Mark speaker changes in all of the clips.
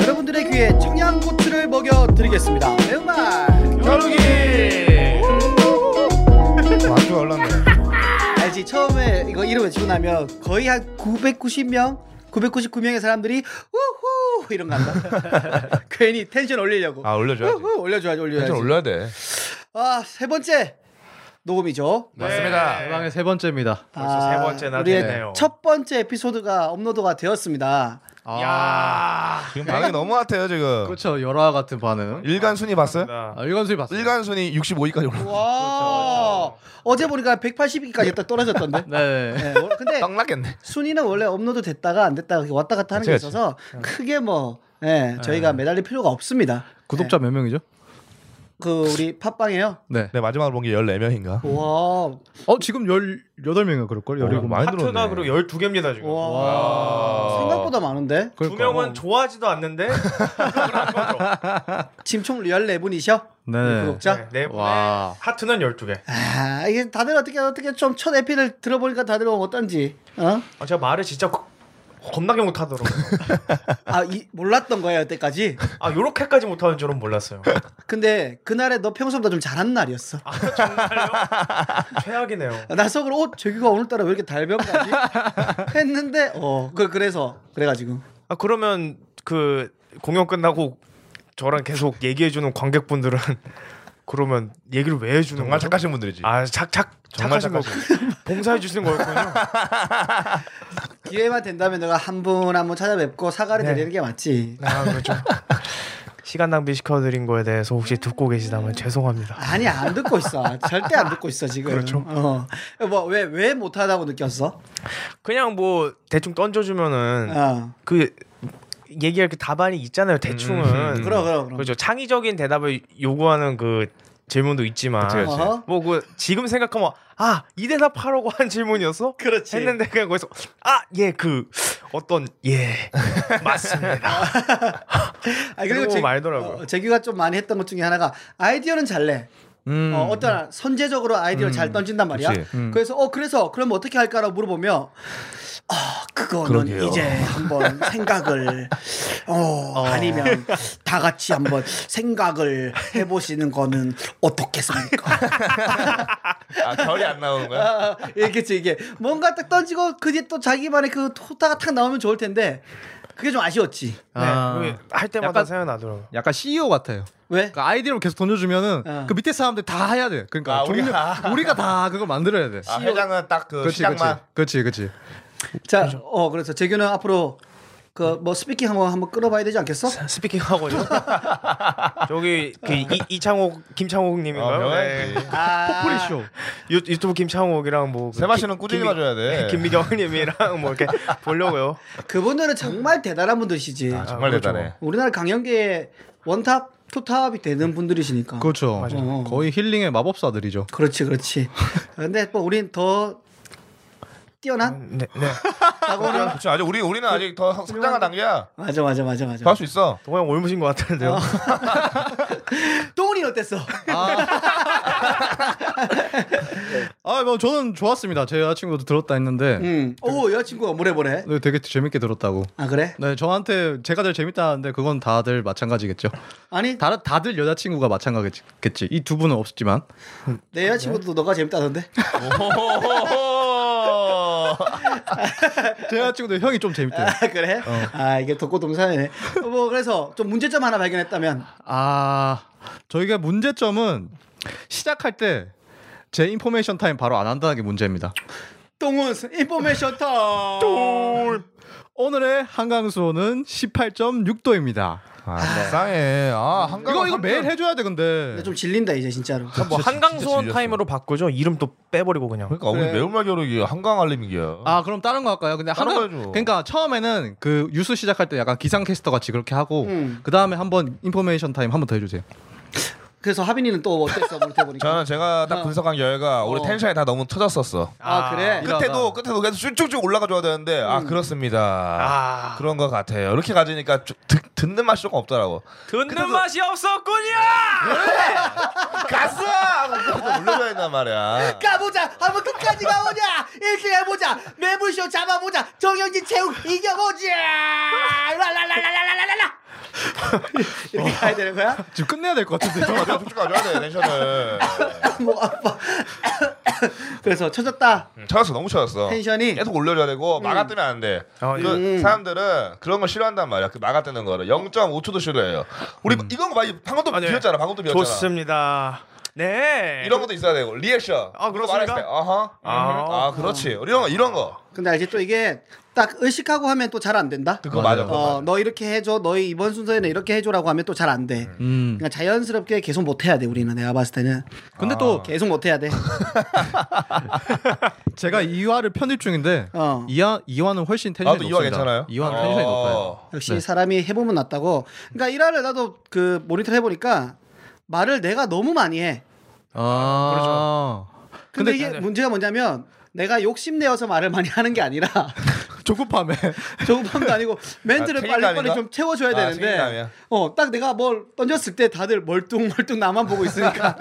Speaker 1: 청년들의 귀에 청양고추를 먹여 드리겠습니다. 매운맛.
Speaker 2: 겨루기
Speaker 3: 아주 올랐네.
Speaker 1: 알지 처음에 이거 이름 외치고 나면 거의 한 990명, 999명의 사람들이 우후 이런 거 한다. 괜히 텐션 올리려고.
Speaker 3: 아 올려줘야지.
Speaker 1: 우후 올려줘야지 올려줘야지.
Speaker 3: 텐션 올려야 돼.
Speaker 1: 아세 번째 녹음이죠.
Speaker 3: 네.
Speaker 1: 아,
Speaker 2: 맞습니다.
Speaker 4: 대망의 세 번째입니다.
Speaker 2: 벌써 세 번째나
Speaker 1: 우리의
Speaker 2: 됐네요.
Speaker 1: 첫 번째 에피소드가 업로드가 되었습니다.
Speaker 4: 아,
Speaker 2: 야
Speaker 3: 지금 반응이 너무 같아요 지금.
Speaker 4: 그렇죠. 열화 같은 반응.
Speaker 3: 일간 순위 봤어요?
Speaker 4: 아, 일관수이 봤어요.
Speaker 3: 일간 순위 65위까지 올라.
Speaker 1: 와 어제 보니까 180위까지 딱 떨어졌던데.
Speaker 4: 네.
Speaker 1: 네, 어, 근데
Speaker 3: 떡 나겠네.
Speaker 1: 순위는 원래 업로드 됐다가 안 됐다가 이렇게 왔다 갔다 하는 게
Speaker 3: 그치, 네.
Speaker 1: 있어서 크게 뭐 예, 저희가 매달릴 필요가 없습니다.
Speaker 4: 구독자 몇 명이죠?
Speaker 1: 그 우리 팟빵이에요.
Speaker 4: 네.
Speaker 3: 네 마지막으로 본 게 14명인가.
Speaker 1: 와.
Speaker 4: 어 지금 열 여덟 명인가 그럴걸.
Speaker 3: 어,
Speaker 4: 열일
Speaker 3: 많이 들었네.
Speaker 2: 파트가 그리고 12개입니다 지금
Speaker 1: 와.
Speaker 4: 와.
Speaker 1: 생각보다 많은데.
Speaker 2: 두 명은 좋아하지도 않는데 그런 거죠.
Speaker 1: 지금 총 14분이셔?
Speaker 4: 네.
Speaker 1: 구독자?
Speaker 2: 네, 네 분에
Speaker 4: 와.
Speaker 2: 하트는 12개
Speaker 1: 아, 이게 다들 어떻게 어떻게 좀 첫 에피를 들어보니까 다들 어떤지. 어?
Speaker 2: 아, 제가 말을 진짜 거- 겁나게 못하더라고요
Speaker 1: 아, 이, 몰랐던 거예요, 여태까지.
Speaker 2: 아 요렇게까지 못하는 줄은 몰랐어요
Speaker 1: 근데 그날에 너 평소보다 좀 잘한 날이었어.
Speaker 2: 아 정말요? 최악이네요
Speaker 1: 나 속으로 어, 재규가 오늘따라 왜 이렇게 달변가지? 했는데 어, 그 그래서 그래 가지고.
Speaker 2: 아 그러면 그 공연 끝나고 저랑 계속 얘기해주는 관객분들은 그러면 얘기를 왜 해주는
Speaker 3: 정말
Speaker 2: 거죠?
Speaker 3: 착하신 분들이지.
Speaker 2: 아 착착
Speaker 3: 정말
Speaker 2: 착하신 거 봉사해 주시는 거였군요
Speaker 1: 기회만 된다면 내가 한 분 한 분 찾아뵙고 사과를
Speaker 2: 네.
Speaker 1: 드리는 게 맞지.
Speaker 2: 아 그렇죠 시간 낭비 시켜드린 거에 대해서 혹시 듣고 계시다면 죄송합니다
Speaker 1: 아니 안 듣고 있어. 절대 안 듣고 있어 지금.
Speaker 2: 그렇죠.
Speaker 1: 어. 뭐 왜 왜 못하다고 느꼈어?
Speaker 2: 그냥 뭐 대충 던져주면은
Speaker 1: 어.
Speaker 2: 그 얘기할 그 답안이 있잖아요
Speaker 1: 그럼
Speaker 2: 대충은
Speaker 1: 그럼 그럼.
Speaker 2: 그렇죠 창의적인 대답을 요구하는 그 질문도 있지만
Speaker 3: 그치, 그치.
Speaker 1: 어허.
Speaker 2: 뭐 그 지금 생각하면 아 이 대답하라고 한 질문이었어
Speaker 1: 그렇지.
Speaker 2: 했는데 그냥 거기서 아 예 그 어떤 예 맞습니다
Speaker 1: 아,
Speaker 2: 그러고
Speaker 1: 제-
Speaker 2: 말더라고요.
Speaker 1: 어, 재규가 좀 많이 했던 것 중에 하나가 아이디어는 잘 내.
Speaker 4: 음,
Speaker 2: 음.
Speaker 1: 어, 어떤 선제적으로 아이디어를 잘 던진단 말이야.
Speaker 3: 그치.
Speaker 1: 그래서 어 그래서 그럼 어떻게 할까라고 물어보면 아 그거는
Speaker 3: 그러게요.
Speaker 1: 이제 한번 생각을 어, 아니면 다 같이 한번 생각을 해보시는 거는 어떻겠습니까?
Speaker 3: 아, 결이 안 나오는 거야?
Speaker 1: 아, 이렇게지 이게 뭔가 딱 던지고 그 뒤에 또 자기만의 그 토타가 탁 나오면 좋을 텐데 그게 좀 아쉬웠지.
Speaker 4: 아.
Speaker 2: 네, 그게 할 때마다
Speaker 4: 약간-
Speaker 2: 생각나더라고요
Speaker 4: 약간 CEO 같아요.
Speaker 1: 왜?
Speaker 4: 그러니까 아이디어를 계속 던져주면은
Speaker 1: 어.
Speaker 4: 그 밑에 사람들 다 해야 돼. 그러니까
Speaker 3: 아,
Speaker 4: 종류-
Speaker 3: 우리가.
Speaker 4: 우리가 다 그거 만들어야 돼.
Speaker 3: 아, 회장은 딱그
Speaker 4: 그렇지,
Speaker 3: 시장만.
Speaker 4: 그렇지, 그렇지.
Speaker 1: 자,
Speaker 4: 그렇죠.
Speaker 1: 어 그래서 재규는 앞으로 그 뭐 스피킹 한번 한번 끌어봐야 되지 않겠어?
Speaker 2: 스피킹 하고요 저기 그 이, 이창옥
Speaker 3: 어,
Speaker 2: 김창옥님인가요
Speaker 3: 아.
Speaker 2: 네.
Speaker 3: 명예. 지
Speaker 4: 아, 포리 쇼.
Speaker 2: 유, 유튜브 김창옥이랑 뭐
Speaker 3: 세마 씨는 꾸준히
Speaker 2: 김미-
Speaker 3: 봐줘야 돼.
Speaker 2: 김미경님이랑 뭐 이렇게 보려고요
Speaker 1: 아, 그분들은 정말 대단한 분들이시지.
Speaker 3: 아, 정말 대단해.
Speaker 1: 우리나라 강연계의 원탑, 투탑이
Speaker 4: 네.
Speaker 1: 되는 분들이시니까. 그...
Speaker 4: 그렇죠.
Speaker 1: 맞아요.
Speaker 4: 거의 힐링의 마법사들이죠.
Speaker 1: 렇지 그렇지. 근데 뭐 우린 더
Speaker 4: 음.
Speaker 1: 뛰어난
Speaker 2: 네, 네.
Speaker 1: 다고는
Speaker 3: 그렇죠. 아직 우리 우리는 그 네. 아직 더 성장한 단계야.
Speaker 1: 맞아 맞아 맞아 맞아.
Speaker 3: 할 수 있어.
Speaker 2: 동양 올무신 것 같은데요
Speaker 1: 동훈이 어땠어?
Speaker 4: 아, 뭐 저는 좋았습니다. 제 여자친구도 들었다 했는데
Speaker 1: 응. 오 여자친구가 뭐래 뭐래.
Speaker 4: 네, 음. 되게 재밌게 들었다
Speaker 1: 아 그래?
Speaker 4: 네, 저한테 제가 제일 재밌다는데 그건 다들 마찬가지겠죠.
Speaker 1: 아니
Speaker 4: 다, 다들 여자친구가 마찬가지겠지. 이 두 분은 없었지만.
Speaker 1: 내 여자친구도 너가
Speaker 3: 네.
Speaker 1: 재밌다던데.
Speaker 3: 아,
Speaker 4: 제 여자친구도 형이 좀 재밌대요.
Speaker 1: 아 그래?
Speaker 3: 어.
Speaker 1: 아 이게 독고동산이네. 뭐 그래서 좀 문제점 하나 발견했다면
Speaker 4: 아, 저희가 문제점은 시작할 때 제 인포메이션 타임 바로 안 한다는 게 문제입니다.
Speaker 1: 동훈 인포메이션 타임.
Speaker 4: 오늘의 한강 수온은 18.6도입니다.
Speaker 3: 아, 싸해. 아, 한강.
Speaker 4: 이거 이거 매일 해줘야 돼 근데.
Speaker 1: 근데 네, 좀 질린다 이제 진짜로.
Speaker 2: 뭐 한강수원
Speaker 3: 질렸어요.
Speaker 2: 타임으로 바꾸죠 이름 또 빼버리고 그냥
Speaker 3: 그러니까 오늘 매운말 겨루기 한강 알림이야.
Speaker 4: 아 그럼 다른 거 할까요? 근데
Speaker 3: 다른
Speaker 4: 한강
Speaker 3: 거 해줘.
Speaker 4: 그러니까 처음에는 그 뉴스 시작할 때 약간 기상캐스터 같이 그렇게 하고
Speaker 1: 음.
Speaker 4: 그 다음에 한번 인포메이션 타임 한번 더 해주세요.
Speaker 1: 그래서 하빈이는 또 어땠어? 물태보니까
Speaker 3: 저는 제가 딱 분석한 결과 우리
Speaker 1: 어.
Speaker 3: 텐션이 다 너무 터졌었어.
Speaker 1: 아 그래?
Speaker 4: 이러다.
Speaker 3: 끝에도 끝에도 계속 쭉쭉쭉 올라가 줘야 되는데 아 그렇습니다.
Speaker 2: 음. 아.
Speaker 3: 그런 것 같아요. 이렇게 가지니까 쭉 듣, 듣는 맛이 조금 없더라고.
Speaker 2: 듣는 맛이 없었군요
Speaker 3: 갔어! 하고 그래도 올려줘야 된단 말이야.
Speaker 1: 가보자 한번 끝까지 가보자 1승 해보자 매불쇼 잡아보자 정영진 채욱 이겨보자 랄랄랄랄랄랄라 이렇게 가야 되는 거야?
Speaker 4: 지금 끝내야 될 것 같은데.
Speaker 3: 가져와 쭉쭉 가져야 돼 텐션을.
Speaker 1: 목 뭐, 아파. 그래서 쳐졌다.
Speaker 3: 음, 찾았어 너무 찾았어.
Speaker 1: 텐션이
Speaker 3: 계속 올려줘야 되고
Speaker 2: 음.
Speaker 3: 마가 뜨면 안 돼.
Speaker 2: 아,
Speaker 3: 그
Speaker 1: 음.
Speaker 3: 사람들은 그런 걸 싫어한단 말이야. 그 마가 뜨는 거를 0.5초도 싫어해요. 우리
Speaker 2: 음.
Speaker 3: 이건 거 많이 방금도
Speaker 2: 아, 네.
Speaker 3: 비었잖아. 방금도 비었잖아.
Speaker 2: 좋습니다. 네.
Speaker 3: 이런 것도 있어야 되고 리액션.
Speaker 2: 아,
Speaker 3: 그거
Speaker 2: 그렇습니까?
Speaker 3: 말할 때, 어허.
Speaker 2: 아.
Speaker 3: 아, 그렇지. 이런 거 이런 거.
Speaker 1: 근데 알지 또 이게 딱 의식하고 하면 또 잘 안 된다.
Speaker 3: 그거 맞아.
Speaker 4: 맞아요.
Speaker 3: 그거
Speaker 1: 어,
Speaker 3: 맞아.
Speaker 1: 너 이렇게 해줘. 너희 이번 순서에는 이렇게 해줘라고 하면 또 잘 안 돼.
Speaker 4: 음.
Speaker 1: 그러니까 자연스럽게 계속 못 해야 돼 우리는 내가 봤을 때는 어,
Speaker 4: 근데 또
Speaker 1: 계속 못 해야 돼.
Speaker 4: 제가 2화를 편집 중인데
Speaker 1: 어.
Speaker 4: 2화 2화는 훨씬 텐션이
Speaker 3: 나도
Speaker 4: 높습니다.
Speaker 3: 이화 괜찮아요. 어.
Speaker 4: 는 텐션이 높아요.
Speaker 1: 역시
Speaker 4: 네.
Speaker 1: 사람이 해보면 낫다고. 그러니까 일화를 나도 그 모니터를 해보니까 말을 내가 너무 많이 해.
Speaker 4: 아.
Speaker 1: 근데,
Speaker 4: 근데
Speaker 1: 이게 문제가 뭐냐면 내가 욕심내어서 말을 많이 하는 게 아니라
Speaker 3: 그렇죠.
Speaker 4: 조급함에
Speaker 1: 조급함도 아니고 멘트를
Speaker 3: 아,
Speaker 1: 빨리빨리
Speaker 3: 책임감인가?
Speaker 1: 좀 채워줘야
Speaker 3: 아,
Speaker 1: 되는데
Speaker 3: 책임감이야.
Speaker 1: 어, 딱 내가 뭘 던졌을 때 다들 멀뚱멀뚱 나만 보고 있으니까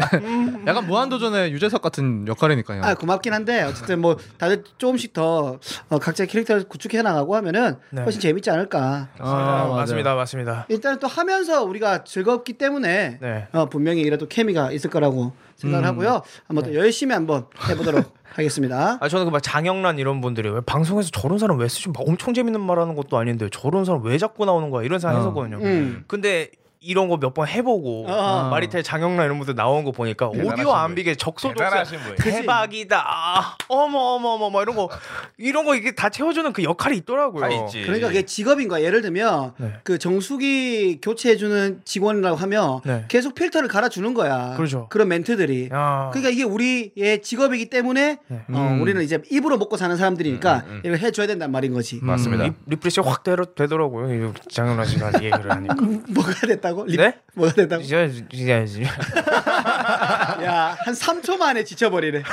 Speaker 4: 약간 무한도전의 유재석 같은 역할이니까요.
Speaker 2: 네.
Speaker 1: 아 고맙긴 한데 어쨌든 뭐 다들 조금씩 더 어, 각자의 캐릭터를 구축해 나가고 하면은
Speaker 2: 네.
Speaker 1: 훨씬 재밌지 않을까
Speaker 2: 아, 맞습니다. 맞습니다.
Speaker 1: 일단 또 하면서 우리가 즐겁기 때문에
Speaker 2: 네. 음.
Speaker 1: 어, 분명히 이래도 케미가 있을 거라고 생각을 하고요. 한번 또 열심히 한번 해보도록 하겠습니다.
Speaker 2: 네. 아 저는 그 막 장영란 이런 분들이 왜 방송에서 저런 사람 왜 쓰지? 막 엄청 재밌는 말하는 것도 아닌데 저런 사람 왜 자꾸 나오는 거야? 이런 생각
Speaker 4: 어.
Speaker 2: 했었거든요.
Speaker 1: 음.
Speaker 2: 근데 이런 거 몇 번 해보고
Speaker 1: 어.
Speaker 2: 마리텔 장영란 이런 분들 나온 거 보니까
Speaker 3: 대단하신
Speaker 2: 오디오
Speaker 3: 분.
Speaker 2: 안비게 적소독서
Speaker 3: 대단하신 분.
Speaker 2: 대박이다. 아, 어머 어머 어머 막 이런 거 이런 거 이게 다 채워주는 그 역할이 있더라고요.
Speaker 3: 다뭐 있지.
Speaker 1: 그러니까 그게 직업인 거야. 예를 들면
Speaker 2: 예. 네.
Speaker 1: 그 정수기 교체해주는 직원이라고 하면
Speaker 2: 네.
Speaker 1: 계속 필터를 갈아주는 거야.
Speaker 2: 그렇죠.
Speaker 1: 런 멘트들이.
Speaker 4: 어.
Speaker 2: 아.
Speaker 1: 그러니까 이게 우리의 직업이기 때문에
Speaker 2: 네.
Speaker 1: 어,
Speaker 4: 음.
Speaker 1: 우리는 이제 입으로 먹고 사는 사람들이니까 이걸 해줘야 된단 말인 거지.
Speaker 4: 음.
Speaker 3: 맞습니다.
Speaker 2: 리- 리프레시 확 되러- 되더라고요. 이 장영란 씨가 얘기를 하니까.
Speaker 1: 뭐가 됐다고? 립-
Speaker 2: 네?
Speaker 1: 뭐가 됐다고?
Speaker 2: 이제 이제 이제.
Speaker 4: 아.
Speaker 1: 야, 한 3초 만에 지쳐버리네.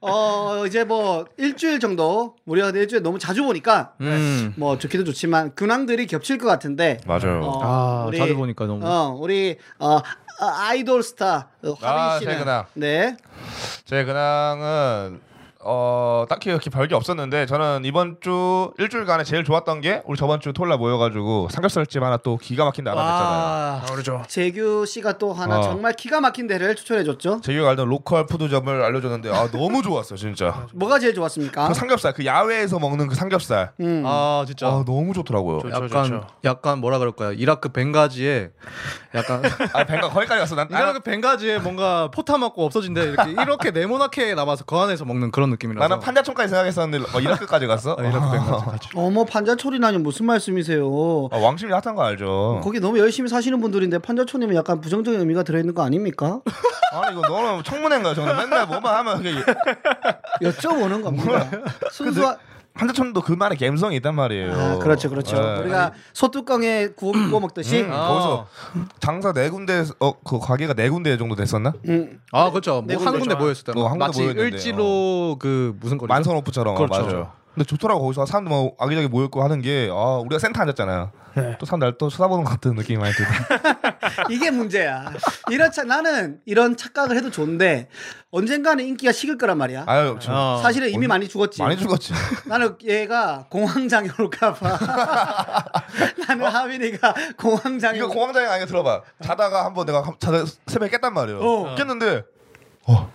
Speaker 1: 어, 이제 뭐, 일주일 정도, 무려 일주일 너무 자주 보니까,
Speaker 4: 음.
Speaker 1: 뭐, 좋기도 좋지만, 근황들이 겹칠 것 같은데,
Speaker 3: 맞아요.
Speaker 1: 어,
Speaker 4: 아,
Speaker 1: 우리-
Speaker 4: 자주 보니까 너무
Speaker 1: 어, 우리, 어, 아, 아이돌 스타, 어,
Speaker 3: 아,
Speaker 1: 화빈 씨는.
Speaker 3: 제 근황.
Speaker 1: 네.
Speaker 3: 제 근황은 어 딱히 이렇게 별게 없었는데 저는 이번 주 일주일간에 제일 좋았던 게 우리 저번 주 토요일 날 모여가지고 삼겹살집 하나 또 기가 막힌데 알아냈잖아요.
Speaker 2: 아, 그렇죠.
Speaker 1: 재규 씨가 또 하나
Speaker 3: 어.
Speaker 1: 정말 기가 막힌 데를 추천해줬죠.
Speaker 3: 제가 알던 로컬 푸드점을 알려줬는데 아 너무 좋았어 진짜.
Speaker 1: 뭐가 제일 좋았습니까?
Speaker 3: 그 삼겹살 그 야외에서 먹는 그 삼겹살
Speaker 1: 음.
Speaker 4: 아, 진짜.
Speaker 3: 아 너무 좋더라고요.
Speaker 2: 좋-
Speaker 4: 약간
Speaker 2: 좋죠.
Speaker 4: 약간 뭐라 그럴까요? 이라크 벵가지에 약간
Speaker 3: 아 뱅가 거기까지 갔어 난. 나는,
Speaker 4: 이라크 벵가지에 뭔가 포타 맞고 없어진데 이렇게 이렇게 네모나게 남아서 그 안에서 먹는 그런 느낌이라서.
Speaker 3: 아, 나는 판자촌까지 생각했었는데 뭐 이라크까지 갔어.
Speaker 4: 아, 이라크 벵가지.
Speaker 1: 어머, 뭐 판자촌이라니 무슨 말씀이세요?
Speaker 3: 아, 왕심이 핫한 거 알죠.
Speaker 1: 거기 너무 열심히 사시는 분들인데, 판자촌이면 약간 부정적인 의미가 들어있는 거 아닙니까?
Speaker 3: 아니 이거 너는 청문회인가 저는 맨날 뭐만 하면 그게
Speaker 1: 여쭤보는 겁니다. 순수한
Speaker 3: 판자촌도 그만의 감성이 있단 말이에요.
Speaker 1: 아, 그렇죠, 그렇죠.
Speaker 3: 예.
Speaker 1: 우리가 소뚜껑에 구워, 구워 먹듯이.
Speaker 3: 음,
Speaker 1: 음.
Speaker 4: 아.
Speaker 3: 거기서 장사 네 군데 어그 가게가 네 군데 정도 됐었나?
Speaker 4: 아, 그렇죠.
Speaker 1: 네
Speaker 4: 뭐 한
Speaker 1: 군데
Speaker 4: 군데
Speaker 2: 좋아요.
Speaker 4: 모였을 때.
Speaker 3: 어, 한 군데
Speaker 4: 마치
Speaker 3: 모였는데,
Speaker 4: 을지로 그 무슨 거리?
Speaker 3: 만선 오프처럼 아,
Speaker 4: 그렇죠.
Speaker 3: 맞아요. 근데 좋더라고 거기서 사람들 막 아기자기 모였고 하는 게 아, 우리가 센터 앉았잖아요.
Speaker 1: 네.
Speaker 3: 또 사람 날또 쳐다보는 것 같은 느낌이 많이 들고
Speaker 1: 이게 문제야. 이런 차, 나는 이런 착각을 해도 좋은데 언젠가는 인기가 식을 거란 말이야.
Speaker 3: 아유 지금
Speaker 4: 어.
Speaker 1: 사실은 이미 많이 죽었지.
Speaker 3: 많이 죽었지.
Speaker 1: 나는 얘가 공황장애 올까봐. 나는 하빈이가 공황장애.
Speaker 3: 어? 이거
Speaker 1: 올-
Speaker 3: 공황장애 아니야 들어봐. 자다가 한번 내가 한- 자다 새벽에 깼단 말이에요.
Speaker 1: 어.
Speaker 3: 깼는데 어,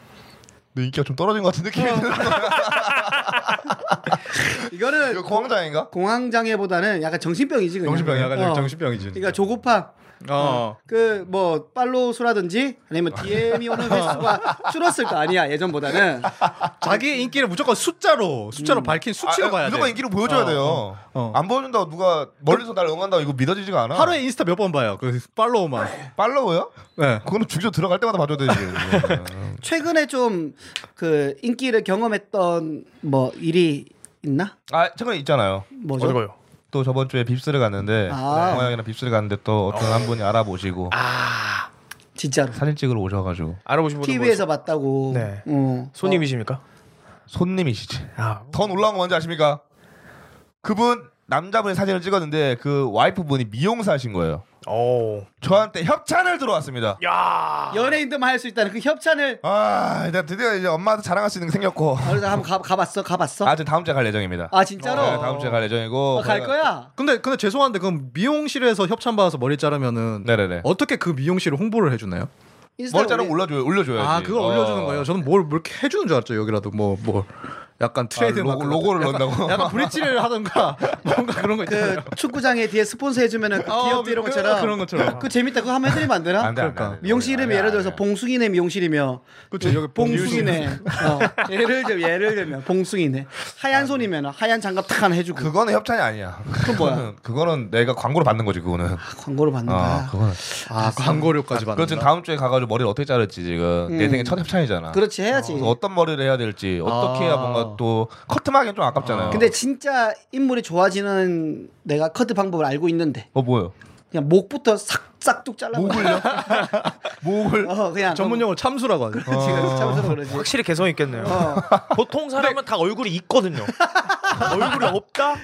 Speaker 3: 내 인기가 좀 떨어진 것 같은 느낌이 드는 거야.
Speaker 1: 이거는
Speaker 3: 이거 공황장애인가?
Speaker 1: 공황장애보다는 약간 정신병이지 그냥.
Speaker 3: 정신병이야, 약간
Speaker 1: 어.
Speaker 4: 정신병이지.
Speaker 1: 그러니까 조급함.
Speaker 4: 어.
Speaker 1: 그 뭐 팔로우 수라든지 아니면 DM이 오는 횟수가 줄었을 거 아니야 예전보다는
Speaker 4: 자기 인기를 무조건 숫자로 숫자로 밝힌 수치로
Speaker 3: 아,
Speaker 4: 봐야 돼.
Speaker 3: 누가 인기를 보여줘야
Speaker 4: 어,
Speaker 3: 돼요.
Speaker 4: 어.
Speaker 3: 안 보여준다고 누가 멀리서 날 응원한다고 이거 믿어지지가 않아.
Speaker 4: 하루에 인스타 몇 번 봐요. 그 팔로우만.
Speaker 3: 팔로워요?
Speaker 4: 네.
Speaker 3: 그거는 죽여 들어갈 때마다 봐줘야 되지.
Speaker 1: 최근에 좀 그 인기를 경험했던 뭐 일이 있나?
Speaker 3: 아 최근에 있잖아요.
Speaker 1: 뭐죠?
Speaker 2: 어디가요?
Speaker 3: 또 저번 주에 빕스를 갔는데
Speaker 1: 아.
Speaker 3: 모양이랑 빕스를 갔는데 또 어떤 한 분이 알아보시고
Speaker 2: 아,
Speaker 1: 진짜로
Speaker 3: 사진 찍으러 오셔가지고
Speaker 2: 알아보신 뭐 분은
Speaker 1: TV에서 봤다고.
Speaker 2: 네.
Speaker 1: 어.
Speaker 2: 뭐- 손님이십니까?
Speaker 3: 손님이시지.
Speaker 2: 아,
Speaker 3: 더 놀라운 건 뭔지 아십니까? 그분 남자분이 사진을 찍었는데 그 와이프분이 미용사신 거예요.
Speaker 2: 오.
Speaker 3: 저한테 협찬을 들어왔습니다.
Speaker 2: 야.
Speaker 1: 연예인들만 할 수 있다는 그 협찬을
Speaker 3: 아, 일단 드디어 이제 엄마한테 자랑할 수 있는 게 생겼고.
Speaker 1: 어느 한번 가, 가봤어? 가봤어?
Speaker 3: 아,
Speaker 1: 아,
Speaker 3: 저 다음 주에 갈 예정입니다.
Speaker 1: 진짜로?
Speaker 3: 네, 다음 주에 갈 예정이고.
Speaker 1: 어, 갈 거야?
Speaker 4: 근데 근데 죄송한데 그럼 미용실에서 협찬 받아서 머리 자르면은
Speaker 3: 네네네.
Speaker 4: 어떻게 그 미용실을 홍보를 해주나요?
Speaker 1: 인스타에
Speaker 3: 멀자로 올려줘요. 올려줘야지.
Speaker 4: 아 그걸
Speaker 3: 어.
Speaker 4: 올려주는 거예요. 저는 뭘 이렇게 해주는 줄 알았죠. 여기라도 뭐 뭐 약간 트레이드
Speaker 3: 아, 로고- 로고를 넣는다고?
Speaker 4: 약간 브릿지를 하던가 뭔가 그런 거 있잖아요.
Speaker 1: 그 축구장에 뒤에 스폰서 해주면은 그
Speaker 4: 어,
Speaker 1: 기업도 이런
Speaker 4: 그-
Speaker 1: 것처럼
Speaker 4: 그런 것처럼.
Speaker 1: 그 재밌다 그거 한번 해드리면 안 되나?
Speaker 3: 아. 안 돼, 아, 안 돼, 안 돼.
Speaker 1: 미용실 이름이 예를 들어서 봉숭이네 미용실이며
Speaker 4: 그렇죠. 여기
Speaker 1: 봉숭이네 어, 예를 들면 예를 들면 봉숭이네 하얀 손이면 하얀 장갑 탁 하나 해주고 그,
Speaker 3: 그거는 협찬이 아니야.
Speaker 1: 건 뭐야
Speaker 3: 그거는, 그거는 내가 광고를 받는 거지 그거는.
Speaker 1: 광고를 받는
Speaker 3: 아,
Speaker 1: 거야
Speaker 3: 그거는.
Speaker 4: 아 광고료까지 받는.
Speaker 3: 그렇지 다음 주에 가가지고 머리를 어떻게 자를지 지금 내
Speaker 1: 음.
Speaker 3: 생애 첫 협찬이잖아.
Speaker 1: 그렇지 해야지
Speaker 3: 그래서 어떤 머리를 해야 될지 어떻게 해야
Speaker 4: 아.
Speaker 3: 뭔가 또 커트하기엔 좀 아깝잖아요.
Speaker 1: 근데 진짜 인물이 좋아지는 내가 커트 방법을 알고 있는데
Speaker 3: 어 뭐요?
Speaker 1: 그냥 목부터 싹싹둑 잘라
Speaker 3: 목을요? 목을
Speaker 1: 어 그냥 그-
Speaker 4: 전문 용어 참수라고 하죠.
Speaker 1: 지금 참으로 그러지
Speaker 2: 확실히 개성 있겠네요. 네.
Speaker 1: 어.
Speaker 2: 보통 사람은 다 얼굴이 있거든요. 얼굴이 없다?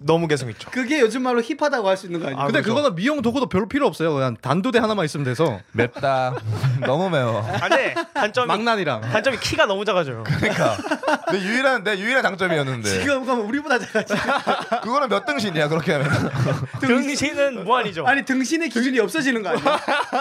Speaker 2: 너무 개성 있죠.
Speaker 1: 그게 요즘 말로 힙하다고 할 수 있는 거 아니야?
Speaker 2: 아,
Speaker 4: 근데
Speaker 2: 그죠.
Speaker 4: 그거는 미용 도구도 별로 필요 없어요. 그냥 단두대 하나만 있으면 돼서
Speaker 3: 맵다. 너무 매워.
Speaker 2: 안돼. 단점이
Speaker 4: 망난이랑
Speaker 2: 단점이 키가 너무 작아져요.
Speaker 3: 그러니까 내 유일한 내 유일한 장점이었는데
Speaker 1: 지금 그럼 우리보다 작아지.
Speaker 3: 그거는 몇 등신이야 그렇게 하면.
Speaker 2: 등신은 무한이죠.
Speaker 1: 아니 등신의 기준이 없어지는 거 아니야?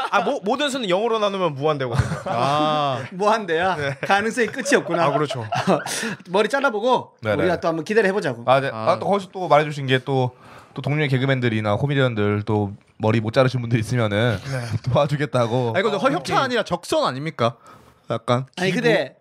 Speaker 2: 아 모, 모든 수는 영으로 나누면 무한되거든요.
Speaker 4: 아
Speaker 1: 뭐 한대야?
Speaker 3: 네.
Speaker 1: 가능성이 끝이 없구나.
Speaker 2: 아 그렇죠.
Speaker 1: 머리 잘라보고
Speaker 3: 네네.
Speaker 1: 우리가 또 한번 기대를 해보자고.
Speaker 3: 아, 네. 아, 또 거기서 또 말해주신 게 또 또 동료의 개그맨들이나 코미디언들 또 머리 못 자르신 분들 있으면은
Speaker 1: 네.
Speaker 3: 도와주겠다고.
Speaker 4: 아 이거 허 협찬 아니라 적선 아닙니까? 약간
Speaker 1: 아니 근데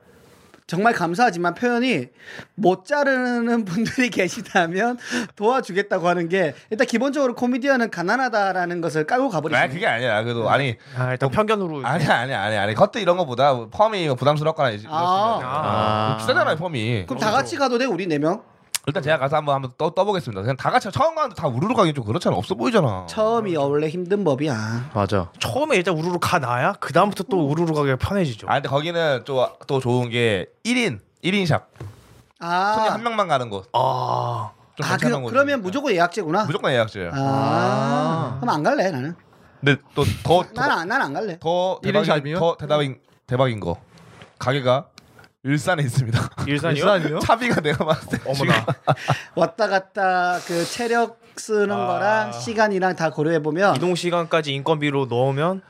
Speaker 1: 정말 감사하지만 표현이 못 자르는 분들이 계시다면 도와주겠다고 하는 게 일단 기본적으로 코미디언은 가난하다라는 것을 깔고
Speaker 3: 아
Speaker 1: 가버리시네.
Speaker 3: 그게 아니야. 그래도 아니
Speaker 2: 아 일단 편견으로
Speaker 3: 아니 아니 아니 아니 커트 이런 거보다 펌이 부담스럽거나 이- 이렇습니다.
Speaker 2: 아.
Speaker 3: 아, 비싸잖아요 그렇죠. 펌이.
Speaker 1: 아. 그럼 다 같이 가도 돼 우리 네 명?
Speaker 3: 일단 제가 가서 한번 한번 떠, 떠보겠습니다. 그냥 다 같이 처음 가는데 다 우르르 가긴 좀 그렇잖아. 없어 보이잖아.
Speaker 1: 처음이 원래 힘든 법이야.
Speaker 4: 맞아.
Speaker 2: 처음에 일단 우르르 가 나야 그 다음부터 또 우르르 가기가 편해지죠.
Speaker 3: 아 근데 거기는 또 또 좋은 게 1인 1인 샵 손님
Speaker 1: 아,
Speaker 3: 한 명만 가는 곳.
Speaker 2: 아
Speaker 3: 좀
Speaker 1: 아
Speaker 3: 괜찮은
Speaker 1: 그,
Speaker 3: 곳.
Speaker 1: 그러면 아. 무조건 예약제구나.
Speaker 3: 무조건 예약제예요.
Speaker 1: 아, 그럼 안 갈래 나는.
Speaker 3: 근데 또더더
Speaker 1: 난안난안 갈래.
Speaker 3: 더
Speaker 4: 일인
Speaker 3: 대박인
Speaker 4: 샵이요?
Speaker 3: 더 대박인 대박인 거 가게가 일산에 있습니다.
Speaker 2: 아, 일산이요?
Speaker 4: 일산이요?
Speaker 3: 차비가 내가 봤을 때
Speaker 2: 어머나
Speaker 1: 왔다 갔다 그 체력 쓰는
Speaker 2: 아.
Speaker 1: 거랑 시간이랑 다 고려해 보면
Speaker 2: 이동 시간까지 인건비로 넣으면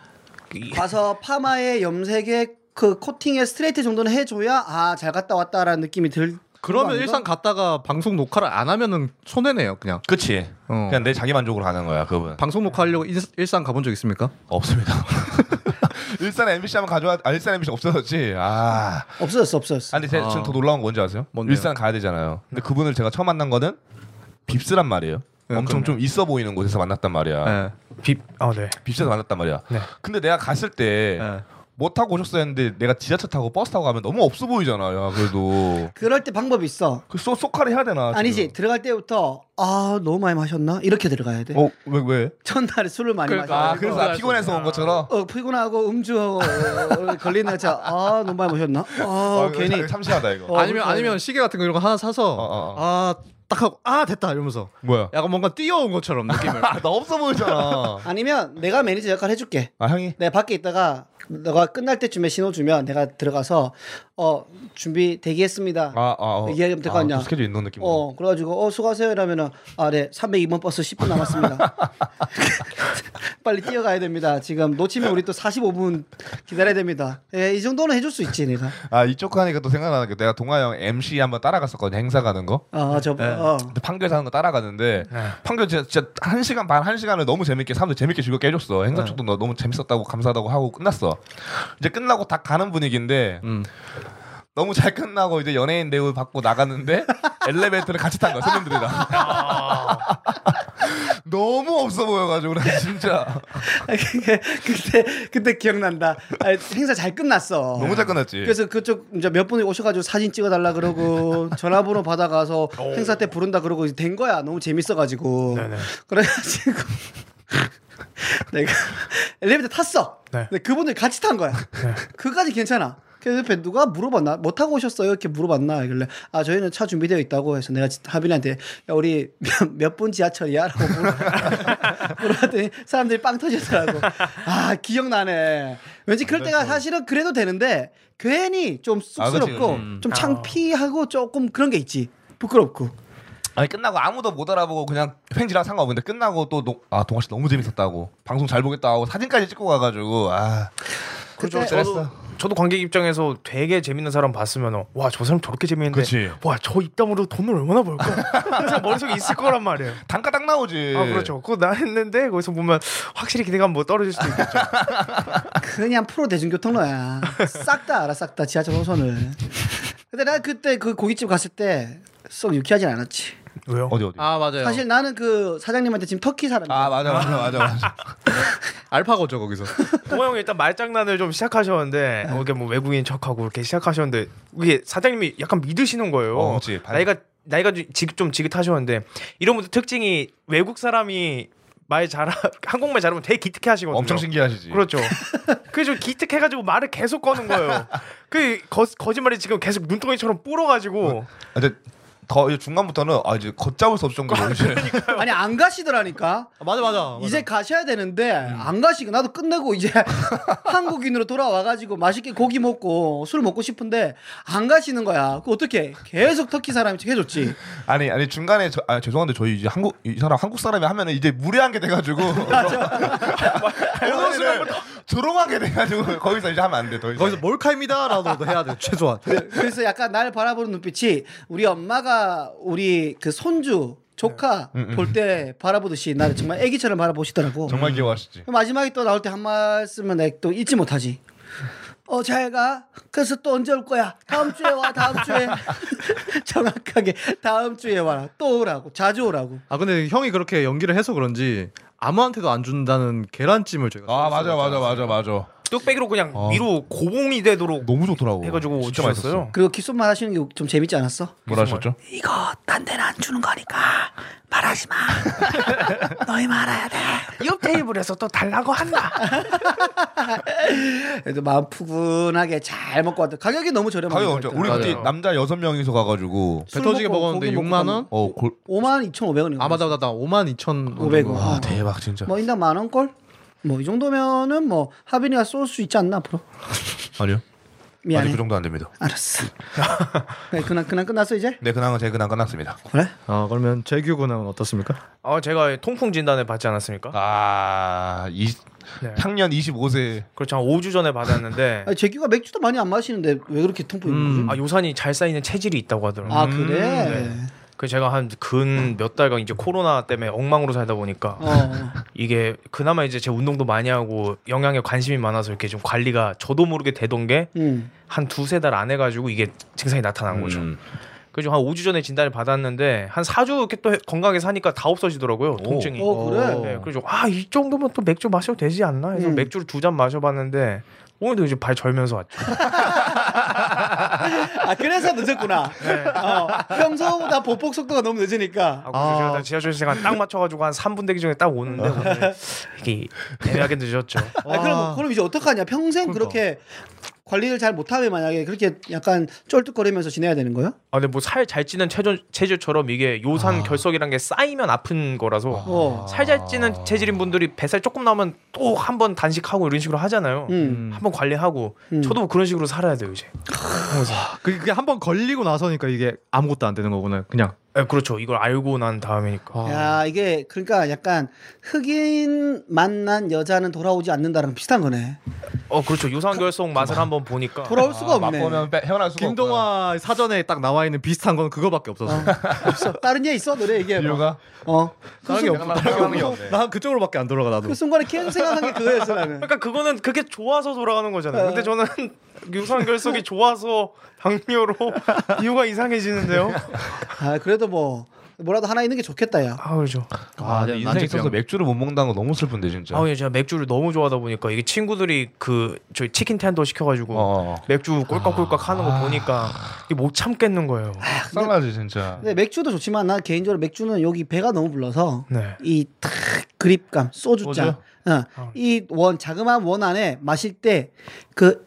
Speaker 2: 이-
Speaker 1: 가서 파마에 염색에 그 코팅에 스트레이트 정도는 해줘야 아 잘 갔다 왔다라는 느낌이 들.
Speaker 4: 그러면
Speaker 1: 그거 아닌가?
Speaker 4: 일상 갔다가 방송 녹화를 안 하면은 손해네요, 그냥.
Speaker 3: 그치.
Speaker 4: 어.
Speaker 3: 그냥 내 자기 만족으로 가는 거야 그분.
Speaker 4: 방송 녹화하려고 일, 일상 가본 적 있습니까?
Speaker 3: 없습니다. 일산 MBC 한번 가져와. 아, 일산 MBC 없어졌지. 아.
Speaker 1: 없어졌어 없어졌어.
Speaker 3: 아, 근데 제가
Speaker 4: 아.
Speaker 3: 지금 더 놀라운 거 뭔지 아세요?
Speaker 4: 뭔데요?
Speaker 3: 일산 가야 되잖아요. 근데 그분을 제가 처음 만난 거는 빕스란 말이에요. 네.
Speaker 4: 네,
Speaker 3: 엄청
Speaker 4: 그럼요.
Speaker 3: 좀 있어 보이는 곳에서 만났단 말이야.
Speaker 4: 예.
Speaker 2: 아네
Speaker 3: 빕스에서 만났단 말이야.
Speaker 2: 네.
Speaker 3: 근데 내가 갔을 때.
Speaker 4: 예.
Speaker 3: 뭐 타고 오셨어 했는데 내가 지하철 타고 버스 타고 가면 너무 없어 보이잖아. 야, 그래도
Speaker 1: 그럴 때 방법이 있어.
Speaker 3: 그 소, 소카를 해야 되나? 지금?
Speaker 1: 아니지 들어갈 때부터 아 너무 많이 마셨나 이렇게 들어가야 돼.
Speaker 3: 어, 왜 왜?
Speaker 1: 첫날에 술을 많이
Speaker 3: 아,
Speaker 1: 마셔.
Speaker 3: 그래서 나 피곤해서 온 것처럼.
Speaker 1: 어 피곤하고 음주 걸리는 것처럼 아 너무 많이 마셨나.
Speaker 3: 아,
Speaker 1: 아
Speaker 3: 이거
Speaker 1: 괜히
Speaker 3: 참- 참신하다 이거.
Speaker 1: 어,
Speaker 4: 아니면
Speaker 1: 그러니까요.
Speaker 4: 아니면 시계 같은 거 이런 거 하나 사서
Speaker 3: 어, 어.
Speaker 4: 아 딱 하고 아 됐다 이러면서
Speaker 3: 뭐야?
Speaker 4: 약간 뭔가 뛰어온 것처럼 느낌을.
Speaker 3: 아, 나 없어 보이잖아.
Speaker 1: 아니면 내가 매니저 역할 해줄게.
Speaker 3: 아, 형이
Speaker 1: 내 밖에 있다가 너가 끝날 때쯤에 신호 주면 내가 들어가서 어 준비 대기했습니다.
Speaker 3: 아, 아, 어.
Speaker 1: 얘기하면 될거
Speaker 3: 아,
Speaker 1: 아니야.
Speaker 3: 또 스케줄 있는 느낌.
Speaker 1: 어 그래가지고 어 수고하세요 이러면은 아네 302번 버스 10분 남았습니다. 빨리 뛰어가야 됩니다. 지금 놓치면 우리 또 45분 기다려야 됩니다. 예, 이 정도는 해줄 수 있지 내가.
Speaker 3: 아, 이쪽 하니까 또 생각나는 게 내가 동아 형 MC 한번 따라갔었거든. 행사 가는 거.
Speaker 1: 아저
Speaker 3: 네.
Speaker 1: 어.
Speaker 3: 근데 판교에서 하는 거 따라갔는데
Speaker 2: 네.
Speaker 3: 판교 진짜, 진짜 한 시간 반 한 시간을 너무 재밌게 사람들 재밌게 즐겁게 해줬어 행사
Speaker 2: 네.
Speaker 3: 쪽도 너- 너무 재밌었다고 감사하다고 하고 끝났어 이제 끝나고 다 가는 분위기인데
Speaker 4: 음.
Speaker 3: 너무 잘 끝나고 이제 연예인 대우 받고 나갔는데 엘리베이터를 같이 탄 거야 손님들이랑
Speaker 2: 아.
Speaker 3: 너무 없어 보여가지고 나 진짜
Speaker 2: 아.
Speaker 1: 그때 그때 기억난다. 아, 행사 잘 끝났어.
Speaker 3: 너무 잘 끝났지
Speaker 1: 그래서 그쪽 이제 몇 분이 오셔가지고 사진 찍어달라 그러고 전화번호 받아가서 행사 때 부른다 그러고 이제 된 거야 너무 재밌어가지고
Speaker 2: 어. 네네.
Speaker 1: 그래가지고 내가 엘리베이터 탔어
Speaker 2: 네.
Speaker 1: 근데 그분들 같이 탄 거야 그까지 괜찮아 그래서 옆에 누가 물어봤나 뭐 타고 오셨어요 이렇게 물어봤나 이길래 아 저희는 차 준비되어 있다고 해서 내가 하빈한테 야 우리 몇 분 지하철이야라고 물어봤더니 사람들이 빵 터지더라고 아 기억나네 왠지 그럴 때가 사실은 그래도 되는데 괜히 좀
Speaker 3: 그렇죠. 아, 그치,
Speaker 1: 쑥스럽고
Speaker 3: 그치.
Speaker 1: 좀 창피하고 조금 그런 게 있지 부끄럽고
Speaker 3: 아니 끝나고 아무도 못 알아보고 그냥 횡지랑 상관없는데 끝나고 또아 동아 씨 너무 재밌었다고 방송 잘 보겠다 하고 사진까지 찍고 가가지고 아
Speaker 2: 그죠.
Speaker 1: 그때-
Speaker 2: 그렇죠. 저도 저도 관객 입장에서 되게 재밌는 사람 봤으면 와 저 사람 저렇게 재밌는데
Speaker 3: 그치.
Speaker 2: 와 저 입담으로 돈을 얼마나 벌까 항상 머릿속에 있을 거란 말이에요.
Speaker 3: 단가 딱 나오지.
Speaker 2: 아 그렇죠. 그거 나 했는데 거기서 보면 확실히 기대감 뭐 떨어질 수도 있겠죠.
Speaker 1: 어, 그냥 프로 대중교통로야. 싹 다 알아, 싹 다 지하철 호선을. 근데 나 그때 그 고깃집 갔을 때 썩 유쾌하진 않았지.
Speaker 2: 왜요?
Speaker 3: 어디 어디. 아,
Speaker 4: 아 맞아요.
Speaker 1: 사실 나는 그 사장님한테 지금 터키 사람.
Speaker 3: 맞아 맞아 맞아 맞아.
Speaker 4: 알파고죠 거기서.
Speaker 2: 고모 형이 일단 말장난을 좀 시작하셨는데 어, 이게 뭐 외국인 척하고 이렇게 시작하셨는데 이게 사장님이 약간 믿으시는 거예요.
Speaker 3: 어, 그치. 발-
Speaker 2: 나이가 나이가 좀 지긋 좀 지긋하셨는데 이런 분들 특징이 외국 사람이 말 잘하 한국말 잘하면 되게 기특해 하시거든요.
Speaker 3: 엄청 신기하시지.
Speaker 2: 그렇죠. 그래서 기특해가지고 말을 계속 꺼는 거예요. 그 거, 거짓말이 지금 계속 눈덩이처럼 불어가지고
Speaker 3: 아, 근데 더 이제 중간부터는 아 이제 걷잡을 수 없을 정도로 이제
Speaker 1: 아니 안 가시더라니까.
Speaker 4: 맞아 맞아.
Speaker 1: 이제 가셔야 되는데 안 가시고 나도 끝내고 이제 한국인으로 돌아와가지고 맛있게 고기 먹고 술 먹고 싶은데 안 가시는 거야. 그 어떻게 계속 터키 사람이 해줬지.
Speaker 3: 아니 아니 중간에 저, 아 죄송한데 저희 이제 한국 이 사람 한국 사람이 하면은 이제 무례한 게 돼가지고 오늘 순간부터 조롱하게 돼가지고 거기서 이제 하면 안 돼 더 이상.
Speaker 4: 거기서 몰카입니다라도 해야 돼 최소한.
Speaker 1: 그래서 약간 날 바라보는 눈빛이 우리 엄마가 우리 그 손주 조카
Speaker 4: 음,
Speaker 1: 볼 때 바라보듯이 나를 정말 애기처럼 바라보시더라고.
Speaker 3: 정말 귀여워하시지.
Speaker 1: 마지막에 또 나올 때 한 말씀은 내가 또 잊지 못하지. 어, 잘 가. 그래서 또 언제 올 거야? 다음 주에 와, 다음 주에. 정확하게 다음 주에 와라. 또 오라고. 자주 오라고.
Speaker 4: 아 근데 형이 그렇게 연기를 해서 그런지 아무한테도 안 준다는 계란찜을 저희가.
Speaker 3: 아 맞아 맞아 맞아 맞아.
Speaker 2: 뚝배기로 그냥 위로 고봉이 되도록
Speaker 3: 너무 좋더라고.
Speaker 2: 해가지고
Speaker 3: 어. 뭐, 진짜
Speaker 2: 주셨어요.
Speaker 1: 그리고 귓속말 하시는 게 좀 재밌지 않았어?
Speaker 3: 뭐라 하셨죠?
Speaker 1: 이거 딴 데는 안 주는 거니까 말하지 마. 너희 말아야 돼.
Speaker 2: 옆 테이블에서 또 달라고 한다.
Speaker 1: 그래도 마음 푸근하게 잘 먹고 왔다. 가격이 너무 저렴하게.
Speaker 3: 가격 언제? 우리
Speaker 1: 먹었더라.
Speaker 3: 그때
Speaker 2: 맞아요.
Speaker 3: 남자 여섯 명이서 가가지고 어,
Speaker 1: 술
Speaker 4: 배터지게
Speaker 1: 먹고
Speaker 4: 먹었는데
Speaker 1: 고기 음. 먹고
Speaker 4: 6만 원?
Speaker 3: 5만
Speaker 1: 5만 2,500원인가?
Speaker 4: 아 맞아 맞아 나 5만 2천
Speaker 1: 500원.
Speaker 3: 아 대박 진짜.
Speaker 1: 뭐 인당 만 원꼴? 뭐 이 정도면은 뭐 하빈이가 쏠 수 있지 않나 앞으로?
Speaker 3: 아니요.
Speaker 1: 미안해.
Speaker 3: 아직 그 정도 안 됩니다.
Speaker 1: 알았어. 네, 그래, 그날 그날 끝났어 이제?
Speaker 3: 네 근황은 제 근황 끝났습니다.
Speaker 1: 그래?
Speaker 4: 아 그러면 재규 군은 어떻습니까?
Speaker 2: 아 제가 통풍 진단을 받지 않았습니까?
Speaker 3: 아, 이
Speaker 2: 네.
Speaker 3: 향년 25세.
Speaker 2: 그렇죠. 한 5주 전에 받았는데
Speaker 1: 아니, 제규가 맥주도 많이 안 마시는데 왜 그렇게 통풍
Speaker 3: 음.
Speaker 1: 있는 거지?
Speaker 2: 아 요산이 잘 쌓이는 체질이 있다고 하더라고요.
Speaker 1: 아 그래.
Speaker 2: 그 제가 한 근
Speaker 3: 음.
Speaker 2: 몇 달간 이제 코로나 때문에 엉망으로 살다 보니까
Speaker 3: 아.
Speaker 1: 어. 어.
Speaker 2: 이게 그나마 이제 제 운동도 많이 하고 영양에 관심이 많아서 이렇게 좀 관리가 저도 모르게 되던
Speaker 1: 음.
Speaker 2: 게 한 두세 달 안 해가지고 이게 증상이
Speaker 3: 음.
Speaker 2: 나타난 거죠. 그래서 한 5주 전에 진단을 받았는데 한 4주 이렇게 또 건강하게 사니까 다 없어지더라고요. 통증이.
Speaker 1: 어 그래.
Speaker 2: 네, 그래서 아 이 정도면 또 맥주 마셔도 되지 않나 해서
Speaker 1: 음.
Speaker 2: 맥주를 두 잔 마셔봤는데 오늘도 이제 발 절면서 왔죠.
Speaker 1: 아 그래서 늦었구나. 어. 평소보다 보폭 속도가 너무 늦으니까.
Speaker 2: 아, 그래서 제가 다 지하철 시간 딱 맞춰가지고 한 3분 대기 전에 딱 오는데 오늘 이게 애매하게 늦었죠.
Speaker 1: 아, 그럼 그럼 이제 어떡하냐? 평생 그렇게 관리를 잘 못하면 만약에 그렇게 약간 쫄뚝거리면서 지내야 되는 거예요?
Speaker 2: 아 근데 뭐 살 잘 찌는 체조, 체질처럼 이게 요산 결석이란 게 쌓이면 아픈 거라서
Speaker 1: 어.
Speaker 2: 살 잘 찌는 체질인 분들이 뱃살 조금 나오면 또 한 번 단식하고 이런 식으로 하잖아요.
Speaker 1: 음.
Speaker 2: 한번 관리하고
Speaker 1: 음.
Speaker 2: 저도 뭐 그런 식으로 살아야 돼요 이제.
Speaker 4: 그게, 그게 한번 걸리고 나서니까 이게 아무것도 안 되는 거구나 그냥.
Speaker 2: 예, 그렇죠. 이걸 알고 난 다음이니까.
Speaker 1: 어. 야 이게 그러니까 약간 흑인 만난 여자는 돌아오지 않는다랑 비슷한 거네.
Speaker 2: 어 그렇죠. 요산 결석 맛을 한번 보니까
Speaker 1: 돌아올 수가 없네.
Speaker 3: 맛보면 빼- 헤어날 수가 없구나.
Speaker 4: 김동화 사전에 딱 나와 있는 비슷한 건 그거밖에 없어서.
Speaker 1: 아. 없어. 다른 게 있어 노래 얘기해. 봐.
Speaker 3: 이유가
Speaker 1: 어. 그,
Speaker 4: 다른 게
Speaker 1: 순,
Speaker 4: 없어.
Speaker 3: 생각나는
Speaker 4: 다른
Speaker 3: 상황이
Speaker 4: 게 없어.
Speaker 3: 없네.
Speaker 4: 난 그쪽으로밖에 안 돌아가 나도.
Speaker 1: 그 순간에 계속 생각한 게 그거였어 나는.
Speaker 2: 그러니까 그거는 그게 좋아서 돌아가는 거잖아요. 근데 저는 유산 결석이 좋아서 당뇨로 이유가 이상해지는데요.
Speaker 1: 아 그래도 뭐 뭐라도 하나 있는 게 좋겠다 야.
Speaker 2: 아 그렇죠.
Speaker 3: 아, 근데 인생 있어서 맥주를 못 먹는다는 거 너무 슬픈데 진짜.
Speaker 2: 아 근데 제가 맥주를 너무 좋아하다 보니까 이게 친구들이 그 저희 치킨 텐더 시켜가지고
Speaker 3: 어.
Speaker 2: 맥주 꼴깍꼴깍 하는 거 보니까 이게 못 참겠는 거예요.
Speaker 3: 아. 썰나지 진짜.
Speaker 1: 근데 맥주도 좋지만 나 개인적으로 맥주는 여기 배가 너무 불러서
Speaker 2: 네.
Speaker 1: 이 탁 그립감 소주잔. 어, 이원 자그마한 원 안에 마실 때 그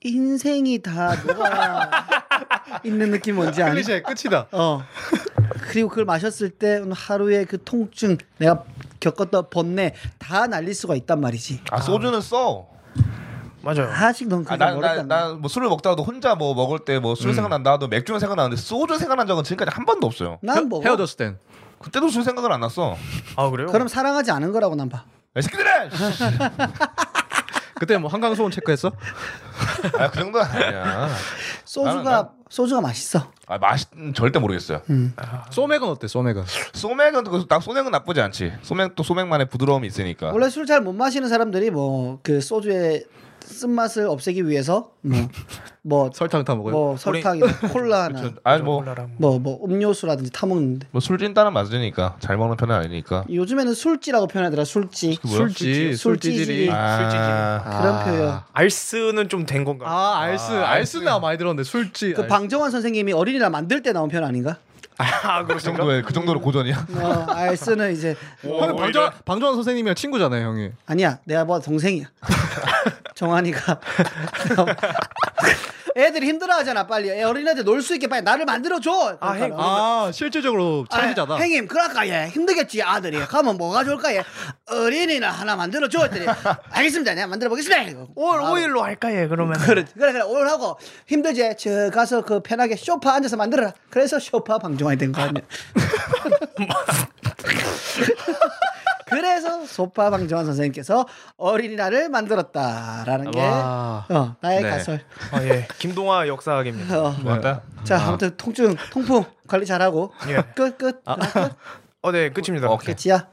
Speaker 1: 인생이 다 녹아 있는 느낌 뭔지 아니?
Speaker 4: 클리셰 끝이다.
Speaker 1: 어. 그리고 그걸 마셨을 때 오늘 하루의 그 통증, 내가 겪었던 번뇌 다 날릴 수가 있단 말이지.
Speaker 3: 아 소주는 써.
Speaker 2: 맞아요.
Speaker 1: 아직 넌 그게
Speaker 3: 나나나
Speaker 1: 어렵다.
Speaker 3: 뭐 술을 먹다가도 혼자 뭐 먹을 때 뭐 술 생각난다 하도 맥주는 생각나는데 소주 생각난 적은 지금까지 한 번도 없어요.
Speaker 1: 난뭐 먹어.
Speaker 4: 헤어졌을 땐.
Speaker 3: 그때도 술 생각을 안 났어.
Speaker 2: 아 그래요?
Speaker 1: 그럼 사랑하지 않은 거라고 난 봐.
Speaker 3: 야, 새끼들아! 씨!
Speaker 4: 그때 뭐 한강 소원 체크했어?
Speaker 3: 아, 그 정도는 아니야.
Speaker 1: 소주가
Speaker 3: 나는-
Speaker 1: 소주가 맛있어. 음.
Speaker 3: 아, 맛 절대 모르겠어요.
Speaker 4: 소맥은 어때? 소맥은.
Speaker 3: 소맥은 그- 나 소맥은 나쁘지 않지. 소맥 또 소맥만의 부드러움이 있으니까.
Speaker 1: 원래 술 잘 못 마시는 사람들이 뭐 그 소주의 쓴맛을 없애기 위해서 뭐, 뭐뭐
Speaker 4: 설탕 타 먹어요.
Speaker 1: 뭐 설탕이나 콜라나
Speaker 3: 아니 뭐,
Speaker 2: 콜라랑 뭐.
Speaker 1: 뭐 뭐 음료수라든지 타 먹는데
Speaker 3: 뭐 술진단은 맞으니까 잘 먹는 편은 아니니까.
Speaker 1: 요즘에는 술지라고 표현하더라 술지.
Speaker 3: 뭐야?
Speaker 4: 술지,
Speaker 1: 술지질이.
Speaker 4: 술지질이.
Speaker 3: 아,
Speaker 1: 그런 표현.
Speaker 2: 알스는 좀 된 건가? 요
Speaker 4: 아, 알스. 알스 나 많이 들었는데 술지.
Speaker 1: 그
Speaker 4: 알스.
Speaker 1: 방정환 선생님이 어린이날 만들 때 나온 표현 아닌가?
Speaker 2: 아
Speaker 3: 그
Speaker 2: 그렇죠.
Speaker 3: 정도의 그 정도로 고전이야.
Speaker 1: 어, 알스는 이제
Speaker 4: 아, 형이 방정 방정환 선생님이랑 친구잖아요, 형이.
Speaker 1: 아니야 내가 뭐 동생이야 정한이가 애들이 힘들어하잖아 빨리 애 어린애들 놀 수 있게 빨리 나를 만들어줘
Speaker 2: 아, 행-
Speaker 1: 그러니까.
Speaker 4: 아, 실질적으로 창의자다.
Speaker 1: 아, 형님 그럴까 예 힘들겠지 아들이 가면 뭐가 좋을까 예 어린이날 하나 만들어줘 했더니 알겠습니다 내가 만들어보겠습니다 이거.
Speaker 2: 올 5일로 할까 예 그러면.
Speaker 1: 그래 그래 그래 오늘 하고 힘들지 저 가서 그 편하게 쇼파 앉아서 만들어라 그래서 쇼파 방종환이 된 거 아니야 그래서 소파 방정환 선생님께서 어린이날을 만들었다라는 게
Speaker 4: 와.
Speaker 1: 어, 나의
Speaker 3: 네.
Speaker 1: 가설
Speaker 2: 아 예. 김동화 역사학입니다.
Speaker 1: 어.
Speaker 3: 맞다.
Speaker 1: 자 아무튼 통증 통풍 관리 잘하고
Speaker 2: 예.
Speaker 1: 끝끝 끝.
Speaker 2: 어, 네 끝입니다.
Speaker 3: 오케이.
Speaker 1: 끝이야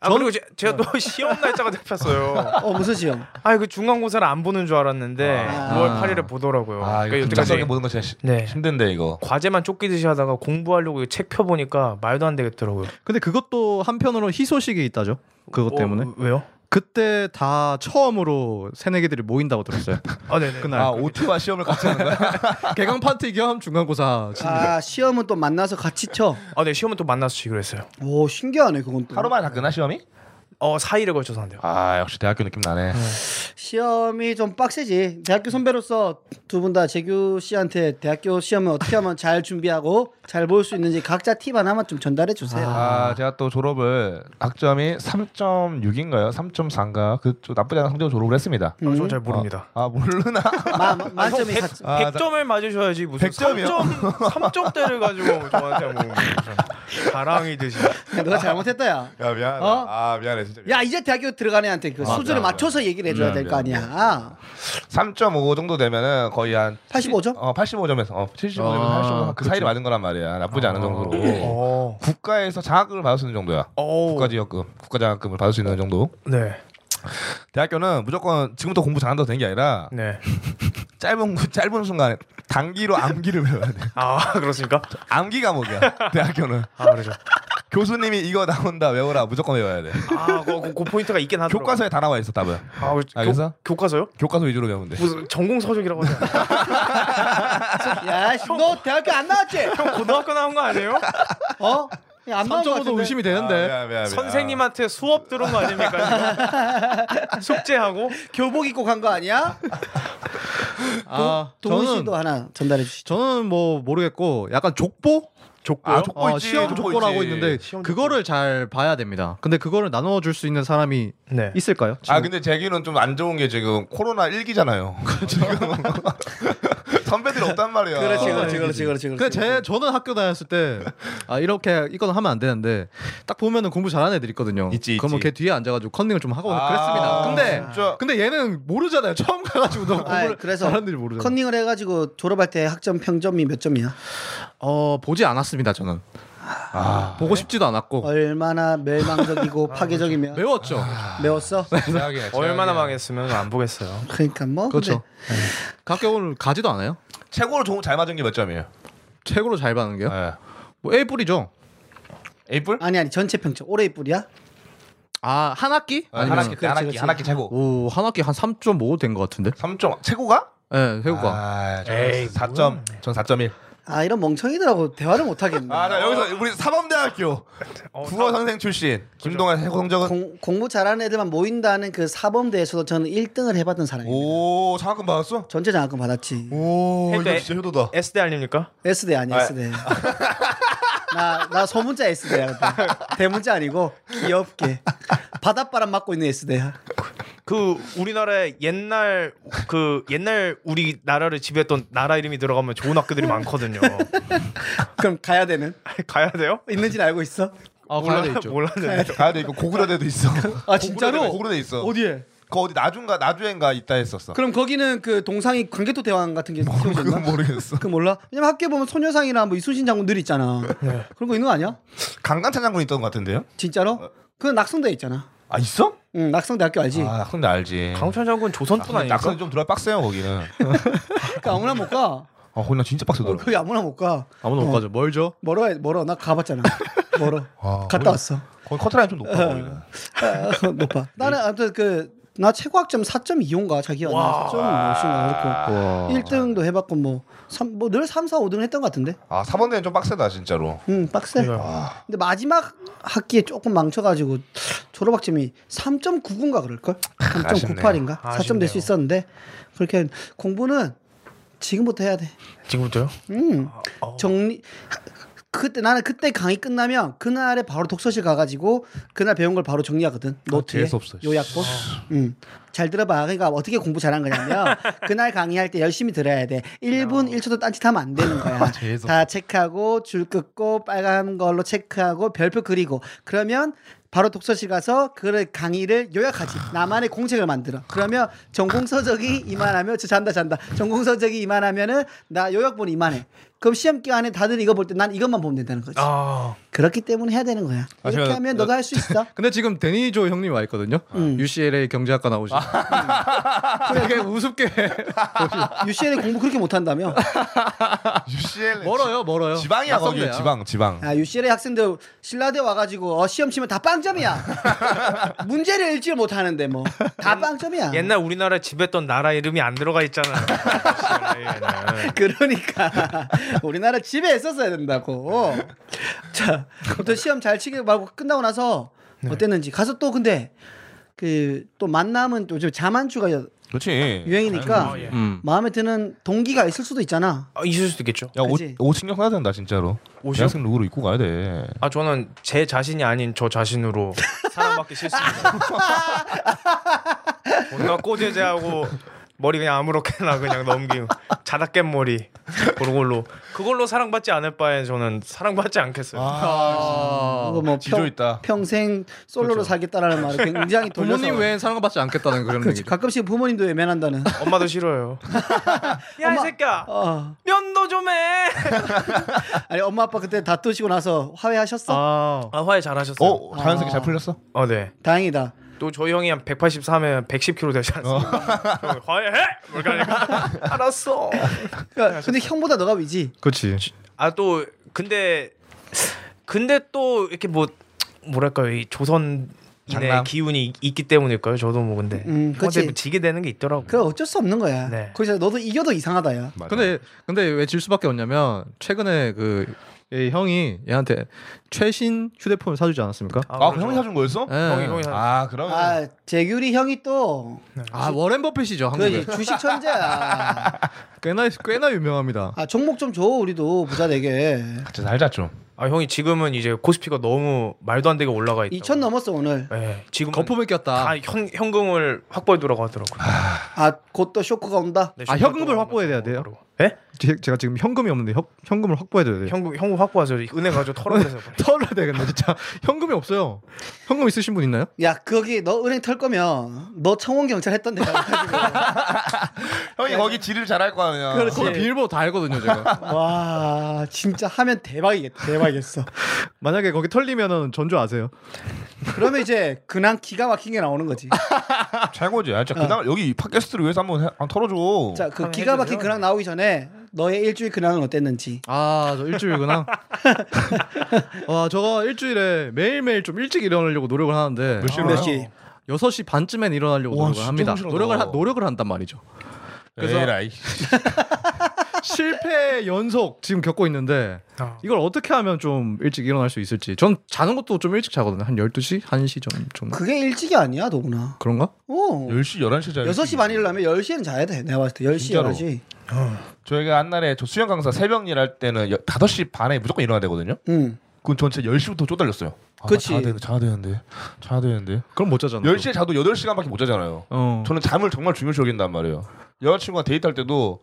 Speaker 2: 아 그리고 제, 제가 또 시험 날짜가 잡혔어요.
Speaker 1: 어 무슨 시험
Speaker 2: 아 그 중간고사를 안 보는 줄 알았는데
Speaker 1: 아.
Speaker 2: 5월 8일에 보더라고요.
Speaker 3: 아,
Speaker 2: 그러니까
Speaker 3: 이거
Speaker 2: 여태까지
Speaker 3: 갑자기 모든 거 진짜 시-
Speaker 2: 네.
Speaker 3: 힘든데 이거.
Speaker 2: 과제만 쫓기듯이 하다가 공부하려고 이거 책 펴보니까 말도 안 되겠더라고요.
Speaker 4: 근데 그것도 한편으로 희소식이 있다죠.
Speaker 3: 뭐
Speaker 4: 그것 때문에.
Speaker 2: 어, 왜요?
Speaker 4: 그때 다 처음으로 새내기들이 모인다고 들었어요.
Speaker 2: 아 네네.
Speaker 4: 그날.
Speaker 3: 아, 오투와 시험을 같이 하는 거야?
Speaker 4: 개강 파티 겸 중간고사 친
Speaker 1: 아 시험은 또 만나서 같이 쳐오
Speaker 2: 아 네 시험은 또 만나서 지기로 했어요.
Speaker 1: 신기하네 그건 또
Speaker 3: 하루만에 다 끝나 시험이?
Speaker 2: 어 4일에 걸쳐서 한대요.
Speaker 3: 아, 역시 대학교 느낌 나네.
Speaker 1: 시험이 좀 빡세지. 대학교 선배로서 두 분 다 재규 씨한테 대학교 시험을 어떻게 하면 잘 준비하고 잘 볼 수 있는지 각자 팁 하나만 좀 전달해 주세요.
Speaker 3: 아, 제가 또 졸업을 학점이 3.6인가요? 3.4인가? 그좀 나쁘지 않은 성적으로 졸업을 했습니다.
Speaker 2: 아, 저잘 모릅니다.
Speaker 3: 아, 모르나?
Speaker 1: 음. 마- 마- 만점이
Speaker 2: 백-
Speaker 1: 같-
Speaker 3: 아, 나-
Speaker 2: 100점을 맞으셔야지 무슨
Speaker 3: 100점이요?
Speaker 2: 3점, 대를 가지고 저한테 뭐 무슨 가랑이듯이
Speaker 1: 야, 그러니까 너가 잘못했다야.
Speaker 3: 야, 미안해.
Speaker 1: 어?
Speaker 3: 아, 미안해. 진짜.
Speaker 1: 야 이제 대학교 들어가는 애한테 그
Speaker 3: 아,
Speaker 1: 수준을
Speaker 3: 미안,
Speaker 1: 맞춰서 얘기를 해줘야
Speaker 3: 미안,
Speaker 1: 될 거
Speaker 3: 미안,
Speaker 1: 아니야.
Speaker 3: 3.5 정도 되면은 거의 한
Speaker 1: 85점?
Speaker 3: 어, 85점에서 어, 75점에서
Speaker 4: 아,
Speaker 3: 85점 그 사이를 맞은 거란 말이야. 나쁘지 않은 정도로.
Speaker 2: 어.
Speaker 3: 국가에서 장학금을 받을 수 있는 정도야.
Speaker 2: 오.
Speaker 3: 국가 지역금, 국가 장학금을 받을 수 있는 정도.
Speaker 2: 어. 네.
Speaker 3: 대학교는 무조건 지금부터 공부 잘한다고 되는 게 아니라
Speaker 2: 네.
Speaker 3: 짧은 짧은 순간에 단기로 암기를 배워야 돼.
Speaker 2: 아, 그렇습니까?
Speaker 3: 암기 과목이야. 대학교는.
Speaker 2: 아, 그러죠.
Speaker 3: 교수님이 이거 나온다 외워라 무조건 외워야 돼.
Speaker 2: 아, 그, 그, 그 포인트가 있긴 하더라고.
Speaker 3: 교과서에 다 나와 있어 답은.
Speaker 2: 아, 그,
Speaker 3: 알겠어?
Speaker 2: 교, 교과서요?
Speaker 3: 교과서 위주로 배우면 돼.
Speaker 2: 무슨 전공 서적이라고 하잖아.
Speaker 1: 야너 대학교 안 나왔지?
Speaker 2: 형 고등학교 나온 거 아니에요?
Speaker 1: 어? 야, 안 나온 거
Speaker 4: 3점으로
Speaker 1: 같은데.
Speaker 4: 의심이
Speaker 3: 아,
Speaker 4: 되는데.
Speaker 2: 선생님한테 수업 들은 거 아닙니까? 이거? 숙제하고
Speaker 1: 교복 입고 간 거 아니야?
Speaker 4: 아,
Speaker 1: 동훈
Speaker 4: 저는-
Speaker 1: 씨도 하나 전달해 주시죠.
Speaker 4: 저는 뭐 모르겠고 약간 족보?
Speaker 2: 족보요?
Speaker 3: 아, 족보
Speaker 4: 어,
Speaker 3: 있지.
Speaker 4: 시험
Speaker 3: 족보
Speaker 4: 족보라고
Speaker 3: 있지.
Speaker 4: 있는데
Speaker 2: 시험
Speaker 4: 그거를 잘 봐야 됩니다. 근데 그거를 나눠 줄 수 있는 사람이
Speaker 2: 네.
Speaker 4: 있을까요?
Speaker 3: 아 근데 재규는 좀 안 좋은 게 지금 코로나 1기잖아요. 지금 선배들이 없단 말이야.
Speaker 1: 어, 그렇지 그렇지
Speaker 4: 근데 제 저는 학교 다녔을 때 아, 이렇게 이건 하면 안 되는데 딱 보면은 공부 잘하는 애들 있거든요.
Speaker 3: 있지,
Speaker 4: 그러면
Speaker 3: 있지.
Speaker 4: 걔 뒤에 앉아가지고 컨닝을 좀 하고
Speaker 3: 아,
Speaker 4: 그랬습니다. 근데
Speaker 3: 진짜.
Speaker 4: 근데 얘는 모르잖아요. 처음 가가지고 너무
Speaker 1: 아이,
Speaker 4: 공부를
Speaker 1: 그래서
Speaker 4: 잘하는 애들 모르잖아요.
Speaker 1: 컨닝을 해가지고 졸업할 때 학점 평점이 몇 점이야?
Speaker 4: 어 보지 않았습니다. 저는
Speaker 3: 아,
Speaker 4: 보고 싶지도 않았고
Speaker 1: 얼마나 멸망적이고 파괴적이면
Speaker 4: 외웠죠.
Speaker 3: 아.
Speaker 4: 아,
Speaker 1: 매웠어?
Speaker 3: 최악이야, 최악이야.
Speaker 2: 얼마나 망했으면 안 보겠어요.
Speaker 1: 그러니까 뭐
Speaker 4: 그렇죠. 가끔 오늘 가지도 않아요.
Speaker 3: 최고로 좋은 잘 맞은 게 몇 점이에요?
Speaker 4: 최고로 잘 받는 게요.
Speaker 3: 예.
Speaker 4: 뭐 A 뿔이죠.
Speaker 3: 에이플?
Speaker 1: 근데 아니 아니 전체 평점 올해 뿌리야?
Speaker 4: 아, 한 학기?
Speaker 3: 아, 한
Speaker 4: 아니면
Speaker 3: 학기 때, 한
Speaker 1: 그렇지,
Speaker 3: 학기 한 학기 최고.
Speaker 4: 오, 한 학기 한 3.5 된 것 같은데.
Speaker 3: 3점 최고가?
Speaker 4: 예, 네, 세우가.
Speaker 3: 아,
Speaker 2: 에이,
Speaker 3: 저는 4점. 전 4.1.
Speaker 1: 아 이런 멍청이들하고 대화를 못 하겠네.
Speaker 3: 아, 자, 여기서 우리 사범대학교
Speaker 2: 어,
Speaker 3: 국어 선생 출신 김동환 해고 성적은
Speaker 1: 공, 공부 잘하는 애들만 모인다는 그 사범대에서도 저는 1등을 해봤던 사람이에요.
Speaker 3: 오 장학금 받았어?
Speaker 1: 전체 장학금 받았지.
Speaker 3: 오
Speaker 2: 그러니까
Speaker 3: 이거 진짜 효도다.
Speaker 2: S대 아닙니까?
Speaker 1: S대 아니야
Speaker 3: 아.
Speaker 1: S대. 나, 나 소문자 S대야. 그때. 대문자 아니고 귀엽게. 바닷바람 맞고 있는 S대야.
Speaker 2: 그 우리나라의 옛날 그 옛날 우리 나라를 지배했던 나라 이름이 들어가면 좋은 학교들이 많거든요.
Speaker 1: 그럼 가야 되는?
Speaker 2: 가야 돼요?
Speaker 1: 있는지는 알고 있어?
Speaker 4: 아
Speaker 2: 몰라
Speaker 4: 몰라 있죠.
Speaker 2: 몰랐는데.
Speaker 3: 가야 돼 이거 고구려대도 있어.
Speaker 1: 아, 진짜로?
Speaker 3: 고구려대, 고구려대 있어.
Speaker 1: 어디에?
Speaker 3: 그 어디 나중가 나주엔가 있다 했었어.
Speaker 1: 그럼 거기는 그 동상이 광개토 대왕 같은 게 세워졌나?
Speaker 3: 그건 모르겠어.
Speaker 1: 그 몰라? 왜냐면 학교 에 보면 소녀상이나 뭐 이순신 장군들 있잖아.
Speaker 3: 네.
Speaker 1: 그런 거 있는 거 아니야?
Speaker 3: 강간찬 장군 있던 것 같은데요?
Speaker 1: 진짜로? 그건 낙성대 있잖아.
Speaker 3: 아 있어?
Speaker 1: 응, 낙성대 학교 알지?
Speaker 3: 아 근데 알지.
Speaker 2: 강천 장군 조선뿐 아닙니까?
Speaker 3: 낙선 좀 들어가 빡세요 거기는.
Speaker 1: 그 아무나 못 가.
Speaker 3: 아 거기는 진짜
Speaker 1: 어,
Speaker 3: 빡세더라고.
Speaker 1: 거기 아무나 못 가.
Speaker 4: 아무도 못 가죠. 멀죠.
Speaker 1: 멀어, 멀어. 나 가봤잖아. 멀어.
Speaker 3: 아,
Speaker 1: 갔다
Speaker 3: 거기-
Speaker 1: 왔어.
Speaker 3: 거기 커트라인 좀 높아 거기는.
Speaker 1: 아, 높아. 나는 아무튼 그 나 최고 학점 4.25인가 자기가 나 4.5인가
Speaker 3: 아,
Speaker 1: 그렇고 1등도 해봤고 뭐, 뭐뭐늘 3, 4, 5등 했던 것 같은데.
Speaker 3: 아 4번대는 좀 빡세다 진짜로.
Speaker 1: 음
Speaker 2: 네.
Speaker 1: 빡세. 근데 마지막 학기에 조금 망쳐가지고 졸업학점이 3.99인가 그럴걸? 3.98인가? 4점 될 수
Speaker 2: 아쉽네요.
Speaker 1: 있었는데 그렇게 공부는 지금부터 해야 돼.
Speaker 2: 지금부터요?
Speaker 1: 음
Speaker 2: 어.
Speaker 1: 정리. 그때 나는 그때 강의 끝나면 그날에 바로 독서실 가가지고 그날 배운 걸 바로 정리하거든
Speaker 2: 아,
Speaker 1: 노트에
Speaker 3: 재수없어, 씨.
Speaker 1: 요약본. 음잘 들어봐. 그러니까 어떻게 공부 잘한 거냐면 그날 강의할 때 열심히 들어야 돼. 1분 1초도 딴짓하면 안 되는 거야.
Speaker 2: 아,
Speaker 1: 다 체크하고 줄 긋고 빨간 걸로 체크하고 별표 그리고 그러면. 바로 독서실 가서 그 강의를 요약하지. 나만의 공책을 만들어. 그러면 전공서적이 이만하면 저 잔다 잔다. 전공서적이 이만하면은 나 요약본 이만해. 그럼 시험 기간에 다들 이거 볼 때 난 이것만 보면 된다는 거지.
Speaker 2: 아
Speaker 1: 그렇기 때문에 해야 되는 거야.
Speaker 3: 아,
Speaker 1: 이렇게
Speaker 3: 제가-
Speaker 1: 하면 너도 할 수 있어.
Speaker 4: 근데 지금 데니조 형님 와 있거든요.
Speaker 1: 음.
Speaker 4: UCLA 경제학과 나오신.
Speaker 3: 아.
Speaker 4: 되게 우습게
Speaker 1: UCL에 공부 그렇게 못한다며?
Speaker 3: UCL
Speaker 4: 멀어요, 멀어요.
Speaker 3: 지방이야 거기
Speaker 4: 낙성대야.
Speaker 3: 지방 지방.
Speaker 1: 아, UCLA 학생들 신라대 와가지고 어, 시험 치면 다 빵점이야. 문제를 읽지 못하는데 뭐 다 빵점이야.
Speaker 2: 옛날 우리나라 지배했던 나라 이름이 안 들어가 있잖아. 예,
Speaker 1: 그러니까 우리나라 집에 있었어야 된다고. 자, 아무튼 시험 잘 치게 말고 끝나고 나서 어땠는지 가서 또 근데 그 또 만남은 또 요즘 자만추가
Speaker 4: 네,
Speaker 3: 그렇지.
Speaker 1: 유행이니까
Speaker 2: 예.
Speaker 4: 음.
Speaker 1: 마음에 드는 동기가 있을 수도 있잖아.
Speaker 2: 아, 있을 수도 있겠죠.
Speaker 3: 야, 옷,
Speaker 1: 그지?
Speaker 3: 옷 신경 써야 된다 진짜로.
Speaker 2: 옷이요?
Speaker 3: 대학생 룩으로 입고 가야 돼.
Speaker 2: 아 저는 제 자신이 아닌 저 자신으로 사랑받기 싫습니다. 뭔가 꼬재재하고 머리 그냥 아무렇게나 그냥 넘기고 자다 깬 머리 그런 걸로 그걸로 사랑받지 않을 바엔 저는 사랑받지 않겠어요.
Speaker 4: 어,
Speaker 1: 이거 뭐
Speaker 3: 지조 있다.
Speaker 1: 평생 솔로로 살겠다라는 말을 굉장히 돌려서
Speaker 4: 그렇죠. 부모님 외엔 사랑받지 않겠다는 그런
Speaker 1: 그렇지.
Speaker 4: 얘기.
Speaker 1: 가끔씩 부모님도 외면한다는.
Speaker 2: 엄마도 싫어요. 야 이 새끼야
Speaker 1: 어.
Speaker 2: 면도 좀 해.
Speaker 1: 아니 엄마 아빠 그때 다투시고 나서 화해하셨어?
Speaker 2: 아, 화해 잘하셨어요.
Speaker 3: 어, 자연스럽게 잘 풀렸어?
Speaker 2: 어 네.
Speaker 1: 다행이다.
Speaker 2: 또 저희 형이 한 183에 110kg 되지 않습니까? 형, 화해해. 그러니까 알았어.
Speaker 1: 그러니까 근데 형보다 너가 위지.
Speaker 4: 그렇지.
Speaker 2: 아 또 근데 근데 또 이렇게 뭐 뭐랄까요 이 조선인의
Speaker 3: 장남?
Speaker 2: 기운이 있기 때문일까요? 저도 뭐 근데
Speaker 1: 음, 그치.
Speaker 2: 근데 지게 되는 게 있더라고.
Speaker 1: 그럼 어쩔 수 없는 거야.
Speaker 2: 네.
Speaker 1: 거기서 너도 이겨도 이상하다야.
Speaker 3: 맞아.
Speaker 4: 근데 근데 왜 질 수밖에 없냐면 최근에 그 얘 형이 얘한테 최신 휴대폰을 사주지 않았습니까?
Speaker 3: 아, 그
Speaker 2: 그렇죠.
Speaker 3: 형이 사준 거였어?
Speaker 4: 예.
Speaker 2: 형이 형이 사-
Speaker 3: 아, 그러면
Speaker 1: 아 재규리 형이 또
Speaker 4: 아 워렌 버핏이죠 한국에
Speaker 1: 그 주식 천재야.
Speaker 4: 꽤나 꽤나 유명합니다.
Speaker 1: 아 종목 좀 줘 우리도 부자 되게.
Speaker 3: 같이 살자 좀.
Speaker 2: 아 형이 지금은 이제 코스피가 너무 말도 안 되게 올라가 있다.
Speaker 1: 2천 넘었어 오늘.
Speaker 2: 네, 지금
Speaker 4: 거품을 아. 꼈다.
Speaker 2: 다 현, 현금을 확보해 두라고 하더라고. 요 네,
Speaker 1: 아 곧 또 쇼크가 온다.
Speaker 4: 아, 현금을 확보해야 돼요?
Speaker 2: 예? 네?
Speaker 4: 제- 제가 지금 현금이 없는데 현, 현금을 확보해야 돼요.
Speaker 2: 현금 현금 확보하죠. 은행 가서 털어내서.
Speaker 4: 털어야 되겠네 진짜 현금이 없어요. 현금 있으신 분 있나요?
Speaker 1: 야 거기 너 은행 털 거면 너 청원 경찰 했던 데가 가지고.
Speaker 3: 형이 거기 질을 잘할 거 아니야.
Speaker 1: 그렇지.
Speaker 4: 거기 비밀번호 다 알거든요 제가.
Speaker 1: 와 진짜 하면 대박이겠다. 대박이겠어.
Speaker 4: 만약에 거기 털리면은 전주 아세요?
Speaker 1: 그러면 이제 그냥 기가 막힌 게 나오는 거지.
Speaker 3: 최고지. 아, 진짜 그날 여기 팟캐스트를 위해서 한번 해- 한번 털어줘.
Speaker 1: 자, 그
Speaker 2: 한번
Speaker 1: 기가 막힌
Speaker 2: 해주세요.
Speaker 1: 근황 나오기 전에 너의 일주일 근황은 어땠는지.
Speaker 4: 아 저 일주일이구나. 와 저거 일주일에 매일매일 좀 일찍 일어나려고 노력을 하는데
Speaker 3: 몇 시로
Speaker 1: 몇
Speaker 3: 와요?
Speaker 1: 시?
Speaker 4: 6시 반쯤엔 일어나려고
Speaker 3: 와,
Speaker 4: 노력을
Speaker 3: 진짜
Speaker 4: 합니다.
Speaker 3: 부지런하다.
Speaker 4: 노력을 하, 노력을 한단 말이죠. 그래서-
Speaker 3: 에라이.
Speaker 4: 실패 연속 지금 겪고 있는데
Speaker 2: 어.
Speaker 4: 이걸 어떻게 하면 좀 일찍 일어날 수 있을지. 전 자는 것도 좀 일찍 자거든요. 한 12시, 1시 좀 정도.
Speaker 1: 그게 일찍이 아니야, 너구나.
Speaker 4: 그런가?
Speaker 1: 오.
Speaker 3: 10시 11시 자요.
Speaker 1: 어. 6시 반 일어나면 10시엔 자야 돼. 내가 봤을 때 10시에
Speaker 3: 진짜로.
Speaker 1: 일어나지.
Speaker 3: 저희가 한날에 저 수영 강사 새벽 일할 때는 여- 5시 반에 무조건 일어나야 되거든요.
Speaker 1: 응.
Speaker 3: 그건 전체 10시부터 쪼달렸어요. 아, 나
Speaker 1: 그치.
Speaker 3: 자야 되는데 자야 되는데. 자야 되는데.
Speaker 4: 그럼 못 자잖아.
Speaker 3: 10시에 자도 8시간밖에 못 자잖아요.
Speaker 4: 어.
Speaker 3: 저는 잠을 정말 중요시 여긴단 말이에요. 여자친구와 데이트할 때도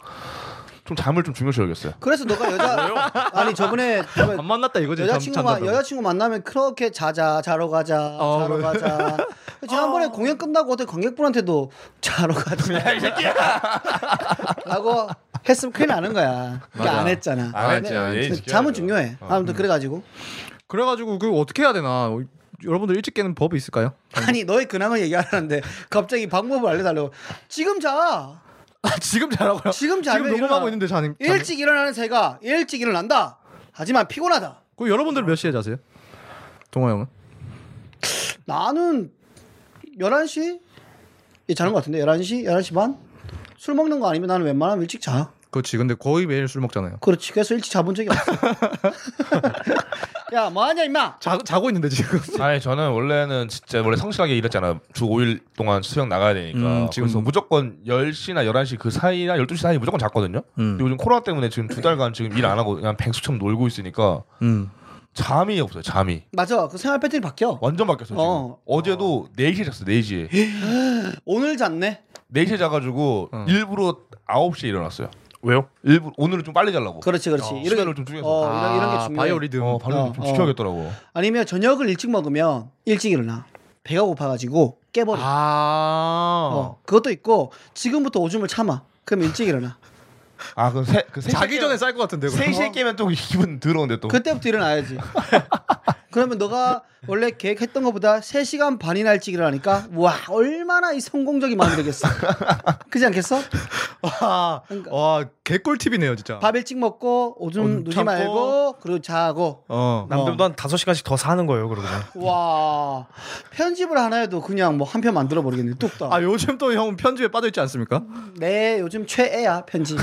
Speaker 3: 좀 잠을 좀 중요시 여겼어요.
Speaker 1: 그래서 너가 여자 아니 저번에 저번에
Speaker 4: 안 만났다 이거지. 잠-
Speaker 1: 여자친구만
Speaker 4: 잔다고.
Speaker 1: 여자친구 만나면 그렇게 자자 자러 가자
Speaker 4: 어,
Speaker 1: 자러
Speaker 4: 그래.
Speaker 1: 가자 지난번에
Speaker 4: 아.
Speaker 1: 공연 끝나고 어떤 관객분한테도 자러 가자 라고 했으면 큰일 나는 거야 이게
Speaker 4: 맞아. 어.
Speaker 1: 안 했잖아
Speaker 3: 안 했지,
Speaker 1: 근데
Speaker 3: 예의 지켜야
Speaker 1: 잠은
Speaker 3: 돼요.
Speaker 1: 중요해
Speaker 4: 음.
Speaker 1: 아무튼 그래가지고
Speaker 4: 그래가지고 그 어떻게 해야 되나? 어, 여러분들 일찍 깨는 법이 있을까요?
Speaker 1: 아니 너의 근황을 얘기하라는데 갑자기 방법을 알려달라고 지금 자
Speaker 4: 아, 지금 자라고요?
Speaker 1: 지금 자면
Speaker 4: 지금 녹음하고
Speaker 1: 일어나.
Speaker 4: 있는데 자는. 자는-
Speaker 1: 일찍 일어나는 새가 일찍 일어난다 하지만 피곤하다
Speaker 4: 그 여러분들 몇 시에 자세요? 동아 형은?
Speaker 1: 나는 11시 예, 자는 것 같은데 11시 11시 반 술 먹는 거 아니면 나는 웬만하면 일찍 자.
Speaker 4: 그렇지. 근데 거의 매일 술 먹잖아요.
Speaker 1: 그렇지. 그래서 일찍 자본 적이 없어. 야, 뭐 하냐, 임마?
Speaker 4: 자, 자고 있는데 지금.
Speaker 3: 아니 저는 원래는 진짜 원래 성실하게 일했잖아. 주 5일 동안 수영 나가야 되니까.
Speaker 4: 음, 지금-
Speaker 3: 그래서 무조건 10시나 11시 그 사이나 12시 사이 무조건 잤거든요.
Speaker 4: 음.
Speaker 3: 근데 요즘 코로나 때문에 지금 두 달간 지금 일 안 하고 그냥 뱅수처럼 놀고 있으니까
Speaker 4: 음.
Speaker 3: 잠이 없어요. 잠이.
Speaker 1: 맞아. 그 생활 패턴이 바뀌어.
Speaker 3: 완전 바뀌었어 지금.
Speaker 1: 어.
Speaker 3: 어. 제도 4시에 잤어. 4시에.
Speaker 1: 오늘 잤네.
Speaker 3: 4시에 자가지고
Speaker 4: 어.
Speaker 3: 일부러 9시에 일어났어요.
Speaker 2: 왜요?
Speaker 3: 일부 오늘은 좀 빨리 자려고.
Speaker 1: 그렇지, 그렇지.
Speaker 3: 시간을 좀 줄여서.
Speaker 1: 어, 이런, 이런 게
Speaker 4: 아,
Speaker 1: 중요해.
Speaker 4: 바이오리듬.
Speaker 3: 어, 바로
Speaker 1: 어,
Speaker 3: 좀
Speaker 1: 어.
Speaker 3: 지켜야겠더라고.
Speaker 1: 아니면 저녁을 일찍 먹으면 일찍 일어나. 배가 고파가지고 깨버려.
Speaker 4: 아.
Speaker 1: 어, 그것도 있고 지금부터 오줌을 참아. 그럼 일찍 일어나.
Speaker 3: 아, 그럼 세, 그 3시에
Speaker 4: 자기 전에 쌀 것 같은데. 그럼.
Speaker 3: 3시에 깨면 또 기분 더러운데 또.
Speaker 1: 그때부터 일어나야지. 그러면 너가 원래 계획했던 것보다 3시간 반이나 일찍 일어나니까 와 얼마나 이 성공적인 마음이 되겠어. 그지 않겠어?
Speaker 4: 와, 와 개꿀 팁이네요 진짜.
Speaker 1: 그러니까. 밥 일찍 먹고 오줌
Speaker 4: 오줌
Speaker 1: 누지
Speaker 4: 참고.
Speaker 1: 말고 그리고 자고
Speaker 4: 어.
Speaker 2: 남들도 한 5시간씩 더 사는 거예요, 그러고.
Speaker 1: 와 편집을 하나 해도 그냥 뭐 한 편 만들어 버리겠네 뚝딱.
Speaker 4: 아 요즘 또 형 편집에 빠져 있지 않습니까?
Speaker 1: 내 요즘 최애야 편집.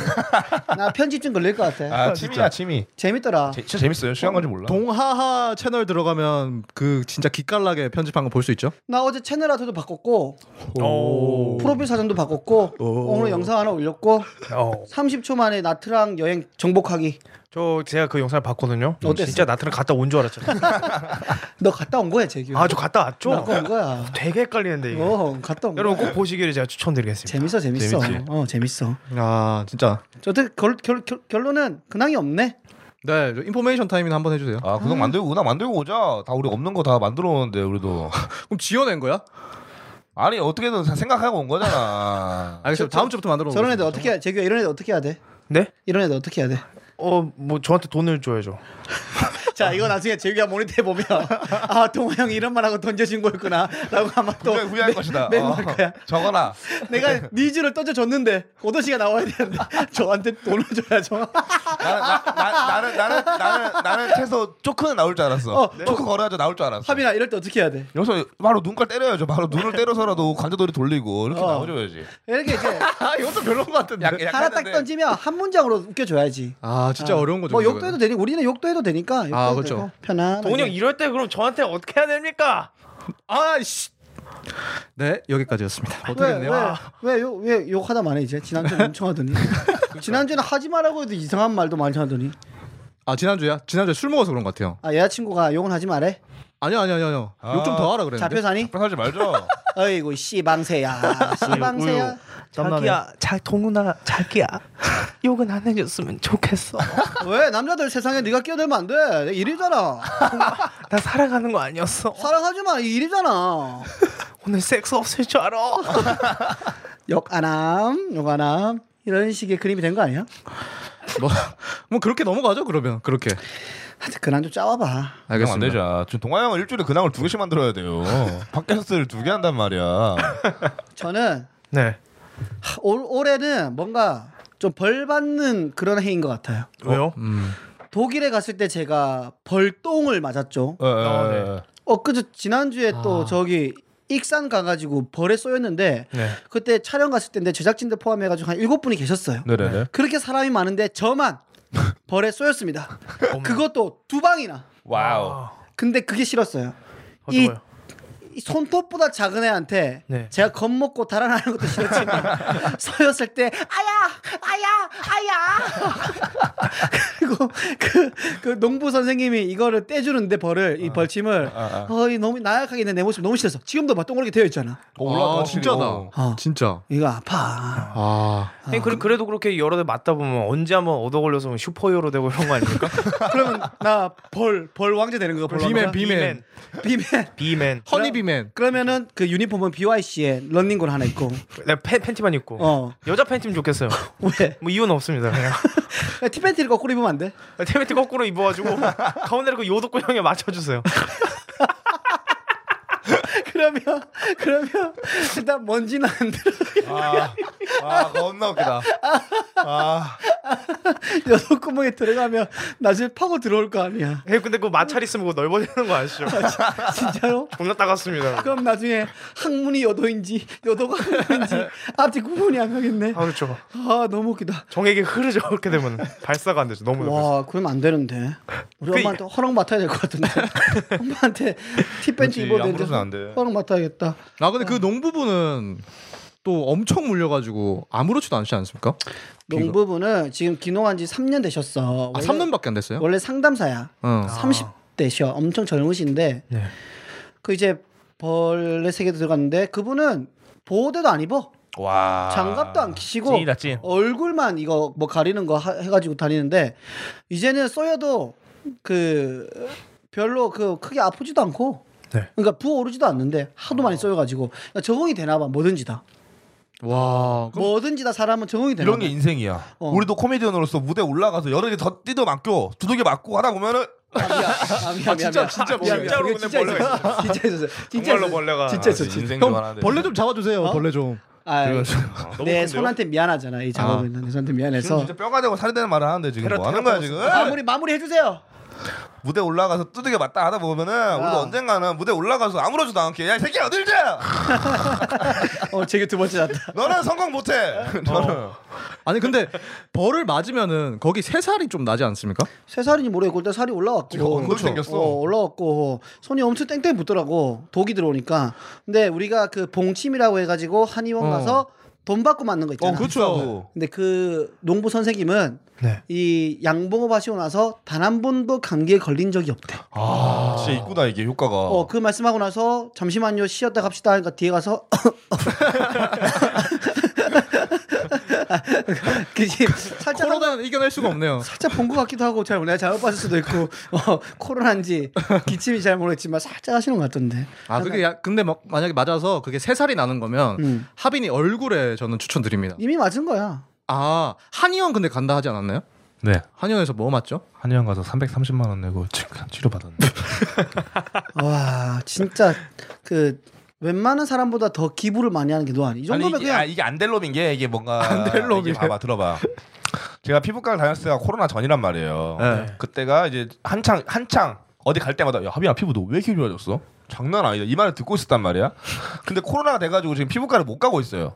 Speaker 1: 나 편집 좀 걸릴 것 같아.
Speaker 3: 아, 취미야, 취미.
Speaker 1: 재밌더라.
Speaker 3: 제- 진짜 재밌어요. 시간 간지 몰라.
Speaker 4: 동하하 채널 들어가면 그 진짜 기깔나게 편집한 거 볼 수 있죠?
Speaker 1: 나 어제 채널 아트도 바꿨고
Speaker 2: 오.
Speaker 1: 프로필 사진도 바꿨고 오늘 영상 하나 올렸고
Speaker 2: 어.
Speaker 1: 30초 만에 나트랑 여행 정복하기.
Speaker 2: 저 제가 그 영상을 봤거든요.
Speaker 1: 어땠어요?
Speaker 2: 진짜 나트랑 갔다 온 줄 알았잖아요.
Speaker 1: 너 갔다 온 거야 재규?
Speaker 2: 아, 저 갔다 왔죠?
Speaker 1: 갔다 온 거야.
Speaker 2: 되게 헷갈리는데 이게.
Speaker 1: 어 갔다 온 거야.
Speaker 2: 여러분 꼭 보시기를 제가 추천드리겠습니다.
Speaker 1: 재밌어 재밌어.
Speaker 3: 재밌지.
Speaker 1: 어 재밌어.
Speaker 4: 아 진짜.
Speaker 1: 저도 결, 결, 결, 결론은 근황이 없네.
Speaker 4: 네, 저 인포메이션 타임이나 한번 해주세요.
Speaker 3: 아, 그거 만들고 그냥 만들고 오자. 다 우리 없는 거 다 만들어 오는데 우리도.
Speaker 4: 그럼 지어낸 거야?
Speaker 3: 아니, 어떻게든 다 생각하고 온 거잖아.
Speaker 4: 알겠습니다. 다음 주부터 만들어.
Speaker 1: 저런 애들
Speaker 4: 놓겠습니다.
Speaker 1: 어떻게 해야 재규야 이런 애들 어떻게 해야 돼?
Speaker 2: 네?
Speaker 1: 이런 애들 어떻게 해야 돼?
Speaker 2: 어, 뭐 저한테 돈을 줘야죠.
Speaker 1: 자 이거 나중에 재규가 모니터에 보면 아 동호 형 이런 말하고 던져준 거였구나 라고 아마 또
Speaker 3: 분명히 후회할 것이다.
Speaker 1: 맨, 맨
Speaker 3: 어,
Speaker 1: 거야.
Speaker 3: 적어라.
Speaker 1: 내가 니즈를 던져줬는데 오도시가 나와야 되는데 저한테 돈을 줘야죠
Speaker 3: 나는 나, 나, 나는 나는 나는 나는 최소 조크는 나올 줄 알았어.
Speaker 1: 어,
Speaker 3: 조크 걸어야죠 나올 줄 알았어.
Speaker 1: 하빈아 이럴 때 어떻게 해야 돼?
Speaker 3: 여기서 바로 눈깔 때려야죠. 바로 눈을 때려서라도 관자놀이 돌리고 이렇게
Speaker 1: 어.
Speaker 3: 나와줘야지.
Speaker 1: 이렇게 이제
Speaker 4: 아 이것도 별론 것 같은데.
Speaker 3: 약- 약간
Speaker 1: 하나 딱
Speaker 3: 했는데
Speaker 1: 던지면 한 문장으로 웃겨줘야지
Speaker 4: 아 진짜
Speaker 1: 아,
Speaker 4: 어려운 거죠.
Speaker 1: 뭐
Speaker 4: 이거는.
Speaker 1: 욕도 해도 되니 우리는 욕도 해도 되니까 욕도
Speaker 4: 아,
Speaker 1: 해도
Speaker 4: 그렇죠.
Speaker 1: 되고 편안하게
Speaker 2: 동훈이 형 이럴 때 그럼 저한테 어떻게 해야 됩니까?
Speaker 4: 아 씨. 네 여기까지였습니다.
Speaker 1: 아, 왜,
Speaker 4: 어떻겠네요. 아.
Speaker 1: 왜, 왜, 욕- 왜 욕하다 말해 이제 지난주 에 엄청 하더니 지난주에는 하지 말라고 해도 이상한 말도 많이 하더니
Speaker 4: 아 지난주야? 지난주에 술 먹어서 그런 것 같아요.
Speaker 1: 아 여자친구가 욕은 하지 말해
Speaker 4: 아니요 아니요 아니요.
Speaker 3: 아,
Speaker 4: 욕 좀 더 하라 그랬는데.
Speaker 1: 잡혀 사니?
Speaker 3: 하지 말죠.
Speaker 1: 어이구 씨방새야 씨방새야
Speaker 2: 자기야, 자 동훈아, 자기야. 욕은 안 해줬으면 좋겠어.
Speaker 1: 왜 남자들 세상에 네가 끼어들면 안 돼. 내가 일이잖아.
Speaker 2: 나 살아가는 거 아니었어.
Speaker 1: 사랑하지 마. 이 일이잖아.
Speaker 2: 오늘 섹스 없을 줄 알아.
Speaker 1: 역아남, 역아남. 이런 식의 그림이 된 거 아니야?
Speaker 4: 뭐, 뭐 그렇게 넘어가죠 그러면 그렇게.
Speaker 1: 하여튼 그난 좀 짜와봐.
Speaker 3: 그냥 안
Speaker 4: 알겠습니다.
Speaker 3: 되죠. 지금 동아 형은 일주일에 근황을 두 개씩 만들어야 돼요. 팟캐스트를 두 개 한단 말이야. 어,
Speaker 1: 저는
Speaker 2: 네.
Speaker 1: 하, 올, 올해는 뭔가 좀 벌 받는 그런 해인 것 같아요.
Speaker 2: 왜요?
Speaker 4: 음.
Speaker 1: 독일에 갔을 때 제가 벌똥을 맞았죠.
Speaker 3: 예, 예,
Speaker 2: 아,
Speaker 3: 예.
Speaker 2: 네.
Speaker 1: 어, 그저 지난주에 또 저기 익산 가가지고 벌에 쏘였는데
Speaker 2: 아. 네.
Speaker 1: 그때 촬영 갔을 때인데 제작진들 포함해가지고 한 일곱 분이 계셨어요.
Speaker 3: 네네네.
Speaker 1: 그렇게 사람이 많은데 저만 벌에 쏘였습니다. 그것도 두 방이나.
Speaker 4: 어.
Speaker 2: 아.
Speaker 3: 와우.
Speaker 1: 근데 그게 싫었어요.
Speaker 2: 어떤
Speaker 1: 이,
Speaker 2: 거요?
Speaker 1: 이 손톱보다 작은 애한테
Speaker 2: 네.
Speaker 1: 제가 겁먹고 달아나는 것도 싫었지만 서였을 때 아야 아야 아야 그리고 그, 그 농부 선생님이 이거를 떼주는데 벌을 이 벌침을
Speaker 3: 아,
Speaker 1: 어이 너무 나약하게 있는 내 모습 너무 싫어서 지금도 막 동그랗게 되어 있잖아.
Speaker 3: 오, 올라왔다,
Speaker 4: 아,
Speaker 3: 확실히.
Speaker 4: 진짜다.
Speaker 3: 오.
Speaker 1: 어.
Speaker 4: 진짜.
Speaker 1: 이거 아파.
Speaker 4: 아.
Speaker 2: 아니, 그래, 그래도 그렇게 여러 대 맞다 보면 언제 한번 얻어 걸려서 뭐 슈퍼히어로 되고 이런 거 아닙니까?
Speaker 1: 그러면 나 벌 벌 왕자 되는 거야. 벌
Speaker 4: 비맨
Speaker 1: 왕자?
Speaker 4: 비맨.
Speaker 1: 비맨.
Speaker 2: 비맨.
Speaker 4: 허니 비맨.
Speaker 1: 그러면은 그 유니폼은 BYC에 런닝걸 하나 있고.
Speaker 2: 내가 팬, 팬티만 입고.
Speaker 1: 어
Speaker 2: 여자 팬티면 좋겠어요.
Speaker 1: 왜?
Speaker 2: 뭐 이유는 없습니다. 그냥
Speaker 1: 야, 티팬티를 거꾸로 입으면 안 돼?
Speaker 2: 팬티 거꾸로 입어가지고 가운데로 그 요도 구형에 맞춰주세요.
Speaker 1: 그러면 그러면 일단 먼지는 안 들어.
Speaker 3: 아, 아, 겁나 웃기다. 아,
Speaker 1: 여섯 구멍에 들어가면 나중에 파고 들어올 거 아니야.
Speaker 2: 예, 근데 그 마찰 있으면 그거 넓어지는 거 아시죠?
Speaker 1: 진짜로?
Speaker 2: 존나 따갑습니다.
Speaker 1: 그럼 나중에 항문이 여도인지 여도가 항문인지 앞뒤 구분이 안 가겠네.
Speaker 2: 아 그렇죠.
Speaker 1: 아 너무 웃기다.
Speaker 2: 정액이 흐르죠. 그렇게 되면 발사가 안 되죠. 너무 넓어서.
Speaker 1: 와 그러면 안 되는데 우리
Speaker 2: 그-
Speaker 1: 엄마한테 허락 맡아야 될 것 같은데 엄마한테 티팬츠
Speaker 3: 그렇지,
Speaker 1: 입어야
Speaker 3: 안
Speaker 1: 되는데
Speaker 3: 부르면 안 돼.
Speaker 1: 허락 맡아야겠다.
Speaker 4: 나 근데 그
Speaker 1: 어.
Speaker 4: 농부분은 또 엄청 물려가지고 아무렇지도 않지 않습니까?
Speaker 1: 농부분은 지금 기농한 지 3년 되셨어.
Speaker 4: 아 3년밖에 안 됐어요?
Speaker 1: 원래 아. 상담사야.
Speaker 2: 아.
Speaker 4: 응.
Speaker 1: 30대셔. 엄청 젊으신데
Speaker 2: 네.
Speaker 1: 그 이제 벌레 세계도 들어갔는데 그분은 보호대도 안 입어.
Speaker 3: 와.
Speaker 1: 장갑도 안 끼시고
Speaker 2: 찐이다, 찐.
Speaker 1: 얼굴만 이거 뭐 가리는 거 하- 해가지고 다니는데 이제는 쏘여도 그 별로 그 크게 아프지도 않고
Speaker 2: 네.
Speaker 1: 그러니까 부어오르지도 않는데 하도 많이 쏘여가지고 그러니까 적응이 되나 봐 뭐든지 다
Speaker 4: 와. 그럼
Speaker 1: 뭐든지 다 사람은 적응이 되나
Speaker 3: 이런
Speaker 1: 봐.
Speaker 3: 게 인생이야.
Speaker 1: 네, 어.
Speaker 3: 우리도 코미디언으로서 무대 올라가서 여러 개 덧띠도 맞고 두둑이 맞고 하다 보면은
Speaker 1: 아, 미안. 아, 미안, 미안,
Speaker 3: 진짜,
Speaker 1: 미안.
Speaker 3: 진짜
Speaker 1: 미안, 미안.
Speaker 2: 진짜로
Speaker 1: 그게
Speaker 2: 근데
Speaker 1: 진짜
Speaker 2: 벌레가
Speaker 1: 있었어. 진짜 있었어 진짜
Speaker 2: 정말로
Speaker 1: 있었어.
Speaker 2: 벌레가.
Speaker 1: 진짜 있었어 진짜.
Speaker 3: 아, 인생
Speaker 4: 형
Speaker 3: 교환하는데.
Speaker 4: 벌레 좀 잡아주세요. 벌레 좀.
Speaker 1: 어? 아,
Speaker 2: 너무
Speaker 1: 내
Speaker 2: 큰데요?
Speaker 1: 손한테 미안하잖아 이 작업은 내 손한테
Speaker 3: 지금
Speaker 1: 미안해서
Speaker 3: 진짜 뼈가 되고 살이 되는 말을 하는데 지금 뭐 하는 거야 지금?
Speaker 1: 마무리 마무리 해주세요.
Speaker 3: 무대 올라가서 두둑이 맞다 하다 보면은
Speaker 1: 아.
Speaker 3: 우리도 언젠가는 무대 올라가서 아무렇지도 않게 야이 새끼야 어딜 자!
Speaker 1: 어, 제게 두 번째 났다.
Speaker 3: 너는 성공 못해.
Speaker 2: 어.
Speaker 3: 너는
Speaker 1: 어.
Speaker 4: 아니 근데 벌을 맞으면은 거기 새 살이 좀 나지 않습니까?
Speaker 1: 세 살인지 모르겠고 일단 살이
Speaker 3: 지금
Speaker 1: 올라왔고
Speaker 3: 엉덩이 생겼어.
Speaker 1: 어, 올라왔고 손이 엄청 땡땡 붙더라고 독이 들어오니까. 근데 우리가 그 봉침이라고 해가지고 한의원
Speaker 4: 어.
Speaker 1: 가서 돈 받고 맞는 거 있잖아.
Speaker 3: 그렇죠.
Speaker 1: 근데 그 농부 선생님은
Speaker 2: 네.
Speaker 1: 이 양봉업 하시고 나서 단 한 번도 감기에 걸린 적이 없대.
Speaker 3: 아, 진짜 있구나 이게 효과가.
Speaker 1: 어 그 말씀하고 나서 잠시만요 쉬었다 갑시다 하니까 뒤에 가서 그지 살짝 한
Speaker 4: 코로나는 이겨낼 수가 없네요.
Speaker 1: 살짝 본 것 같기도 하고 잘 내가 잘못 봤을 수도 있고 어, 코로나인지 기침이 잘 모르겠지만 살짝 하시는 것 같던데.
Speaker 4: 아 그게 야, 근데 막 만약에 맞아서 그게 새 살이 나는 거면
Speaker 1: 네. 음.
Speaker 4: 하빈이 얼굴에 저는 추천드립니다.
Speaker 1: 이미 맞은 거야.
Speaker 4: 아 한의원 근데 간다 하지 않았나요?
Speaker 3: 네.
Speaker 4: 한의원에서 뭐 맞죠?
Speaker 3: 한의원 가서 330만 원 내고 치료 받았는데.
Speaker 1: 와 진짜 그 웬만한 사람보다 더 기부를 많이 하는 게 노안. 이 정도면
Speaker 3: 아니, 이게,
Speaker 1: 그냥
Speaker 3: 아, 이게 안 될 놈인 게 이게 뭔가
Speaker 4: 안될 놈이네.
Speaker 3: 이게 봐봐 들어봐. 제가 피부과를 다녔을 때가 코로나 전이란 말이에요.
Speaker 4: 네.
Speaker 3: 그때가 이제 한창 한창 어디 갈 때마다 야 하빈아 피부 너 왜 이렇게 좋아졌어? 장난 아니다 이 말을 듣고 있었단 말이야. 근데 코로나가 돼가지고 지금 피부과를 못 가고 있어요.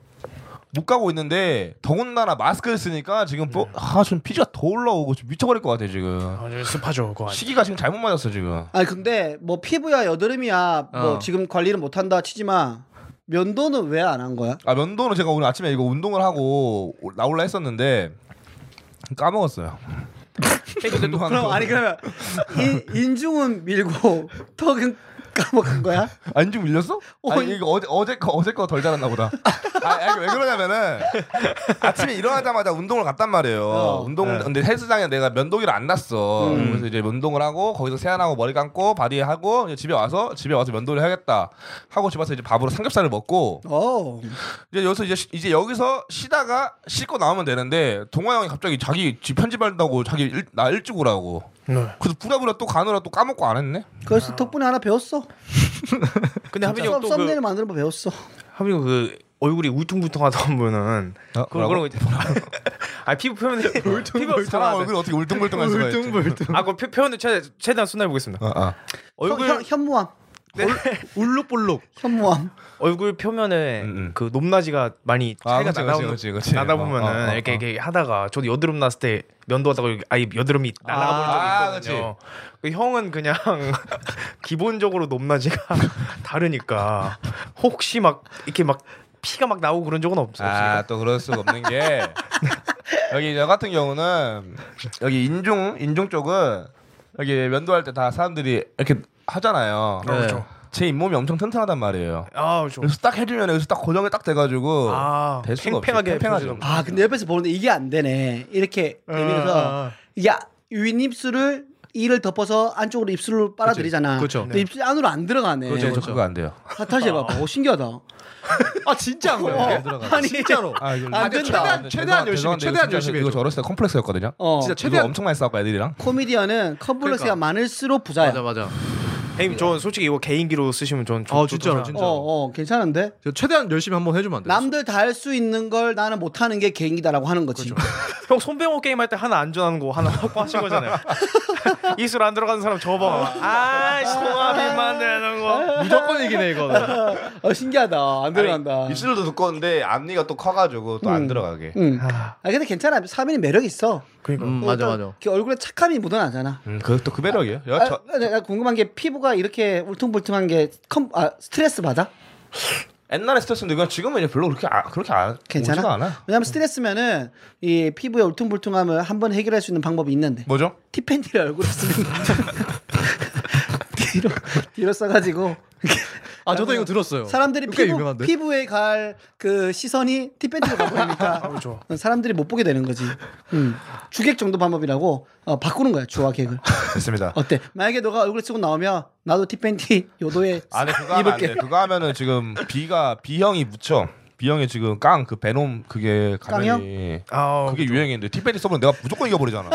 Speaker 3: 못 가고 있는데 더군다나 마스크를 쓰니까 지금 뭐, 아, 좀 피지가 더 올라오고 지금 미쳐버릴 것 같아 지금.
Speaker 2: 아주 습하죠 그거. 아니.
Speaker 3: 시기가 지금 잘못 맞았어 지금.
Speaker 1: 아니 근데 뭐 피부야 여드름이야 뭐
Speaker 4: 어.
Speaker 1: 지금 관리를 못한다 치지만 면도는 왜 안 한 거야?
Speaker 3: 아 면도는 제가 오늘 아침에 이거 운동을 하고 올- 나올라 했었는데 까먹었어요. 운동하는
Speaker 1: 그럼
Speaker 3: 거.
Speaker 1: 아니 그러면 이, 인중은 밀고 턱은 까먹은 거야?
Speaker 3: 안중 아, 밀렸어?
Speaker 1: 어,
Speaker 3: 아니 이거 어제 어제 거 어제 거 덜 자랐나 보다. 아, 아니, 왜 그러냐면은 아침에 일어나자마자 운동을 갔단 말이에요.
Speaker 1: 어. 음.
Speaker 3: 운동 근데 헬스장에 내가 면도기를 안 놨어. 그래서 이제 운동을 하고 거기서 세안하고 머리 감고 바디 하고 이제 집에 와서 집에 와서 면도를 해야겠다 하고 집에 와서 이제 밥으로 삼겹살을 먹고
Speaker 1: 어.
Speaker 3: 이제 여기서 이제, 쉬- 이제 여기서 쉬다가 씻고 나오면 되는데 동화 형이 갑자기 자기 집 편집한다고 자기 일, 나 일찍 오라고.
Speaker 2: 네.
Speaker 3: 그래서 부랴부랴 또 가느라 또 까먹고 안 했네.
Speaker 1: 그래서 덕분에 하나 배웠어.
Speaker 2: 근데 하빈이
Speaker 1: 썸-
Speaker 2: 형또그
Speaker 1: 썸네일 만드는 법 배웠어.
Speaker 2: 하빈이 그 얼굴이 울퉁불퉁하던 분은
Speaker 3: 어,
Speaker 2: 그런 그런 거 있죠. 아 피부 표현이 피부 아,
Speaker 3: 사람
Speaker 2: 사람
Speaker 3: 얼굴이 어떻게 울퉁불퉁할 수가 있지.
Speaker 2: 그
Speaker 4: 울퉁불퉁.
Speaker 2: 아그 표현을 최, 최대한 순화해 보겠습니다.
Speaker 3: 어, 어.
Speaker 2: 얼굴
Speaker 1: 현, 현무암.
Speaker 4: 네. 울룩불룩.
Speaker 1: 현무암.
Speaker 2: 얼굴 표면에
Speaker 3: 음, 음.
Speaker 2: 그 높낮이가 많이
Speaker 3: 아,
Speaker 2: 차이가
Speaker 3: 그치,
Speaker 2: 나다
Speaker 3: 그치,
Speaker 2: 보면
Speaker 3: 그치, 그치.
Speaker 2: 나다
Speaker 3: 어,
Speaker 2: 보면은
Speaker 3: 어, 어,
Speaker 2: 이렇게,
Speaker 3: 어.
Speaker 2: 이렇게 하다가 저도 여드름 났을 때 면도하다가 여기 아예 여드름이 날아가
Speaker 3: 아,
Speaker 2: 버린 적이 있거든요. 그 형은 그냥 기본적으로 높낮이가 다르니까 혹시 막 이렇게 막 피가 막 나오고 그런 적은 없- 없어요.
Speaker 3: 아또 그럴 수가 없는 게 여기 저 같은 경우는 여기 인중 인중 쪽은 여기 면도할 때 다 사람들이 이렇게 하잖아요.
Speaker 2: 그렇죠.
Speaker 3: 제 잇몸이 엄청 튼튼하단 말이에요.
Speaker 2: 아, 좀
Speaker 3: 그래서 딱 해주면 여기서 딱 고정이 딱 돼가지고
Speaker 2: 아,
Speaker 3: 될 수가 없지.
Speaker 2: 팽팽하게
Speaker 3: 팽팽하죠.
Speaker 2: 보여주는
Speaker 1: 아 근데 옆에서 보는데 이게 안 되네. 이렇게 되면서
Speaker 4: 아,
Speaker 1: 야 윗입술을 이를 덮어서 안쪽으로 입술로 빨아들이잖아.
Speaker 4: 그쵸.
Speaker 1: 근데 입술 안으로 안 들어가네. 아,
Speaker 3: 그렇죠, 그렇죠. 그거 안 돼요.
Speaker 1: 다- 다시 해봐. 오 신기하다.
Speaker 4: 아 진짜 안
Speaker 1: 어,
Speaker 4: 거야. 아니 진짜로.
Speaker 3: 아, 이거
Speaker 1: 안
Speaker 3: 이거
Speaker 1: 된다.
Speaker 3: 최대한-
Speaker 4: 최대한
Speaker 3: 죄송한데,
Speaker 4: 열심히,
Speaker 3: 이거
Speaker 4: 최대한
Speaker 3: 진짜
Speaker 4: 열심히
Speaker 3: 이거
Speaker 4: 해줘.
Speaker 3: 저 어렸을 때 컴플렉스였거든요.
Speaker 1: 어.
Speaker 3: 진짜 최대한
Speaker 4: 최대한-
Speaker 3: 엄청 많이 싸웠고 애들이랑.
Speaker 1: 코미디언은 컴플렉스가
Speaker 4: 그러니까.
Speaker 1: 많을수록 부자야.
Speaker 4: 맞아 맞아.
Speaker 2: 형님, 저 솔직히 이거 개인기로 쓰시면 전 좀-
Speaker 4: 아,
Speaker 2: 저도
Speaker 4: 진짜로,
Speaker 2: 잘-
Speaker 4: 진짜.
Speaker 1: 어, 어, 괜찮은데?
Speaker 4: 저 최대한 열심히 한번 해주면 안 돼?
Speaker 1: 남들 다 할 수 있는 걸 나는 못하는 게 개인기다라고 하는 거지.
Speaker 2: 형 손병호 게임 할 때 하나 안 전하는 거 하나 확보하신 거잖아요. 이술 안 들어가는 사람 접어. 아, 송합이 만드는 거.
Speaker 4: 무조건 이기네 이거.
Speaker 1: 어, 신기하다. 안 들어간다.
Speaker 3: 아니, 입술도 두꺼운데 앞니가 또 커가지고 또 안
Speaker 1: 음.
Speaker 3: 들어가게.
Speaker 1: 응.
Speaker 2: 아.
Speaker 1: 아 근데 괜찮아. 사민이 매력 있어.
Speaker 2: 그러니까.
Speaker 4: 음 맞아
Speaker 1: 일단
Speaker 4: 맞아.
Speaker 1: 그 얼굴에 착함이 묻어나잖아.
Speaker 3: 음, 그것도 그 매력이에요. 여,
Speaker 1: 아,
Speaker 3: 저,
Speaker 1: 나- 나 궁금한 게 피부가 이렇게 울퉁불퉁한 게 컴, 아, 스트레스 받아?
Speaker 3: 옛날에 스트레스인데 그냥 지금은 이제 별로 그렇게 아, 그렇게 안
Speaker 1: 괜찮아?
Speaker 3: 오지가 않아.
Speaker 1: 왜냐면 스트레스면은 이 피부의 울퉁불퉁함을 한 번 해결할 수 있는 방법이 있는데
Speaker 3: 뭐죠?
Speaker 1: 티팬티를 얼굴에 쓰는 뒤로 뒤로 써가지고
Speaker 4: 아 저도 이거 들었어요.
Speaker 1: 사람들이
Speaker 4: 꽤
Speaker 1: 피부,
Speaker 4: 유명한데?
Speaker 1: 피부에 갈 그 시선이 티팬티로 가버리니까 어,
Speaker 2: 그렇죠.
Speaker 1: 사람들이 못 보게 되는 거지. 음. 주객 정도 방법이라고 어, 바꾸는 거야 주와 객을.
Speaker 3: 됐습니다.
Speaker 1: 어때? 만약에 너가 얼굴 쓰고 나오면 나도 티팬티 요도에
Speaker 3: 아니 그거 하면 안 돼.
Speaker 1: 입을게.
Speaker 3: 그거 하면은 지금 B가 B형이 묻혀. B형이 지금 깡 그 베놈 그게 가면이
Speaker 2: 아,
Speaker 3: 그게 유행인데 티베리 써보면 내가 무조건 이겨버리잖아.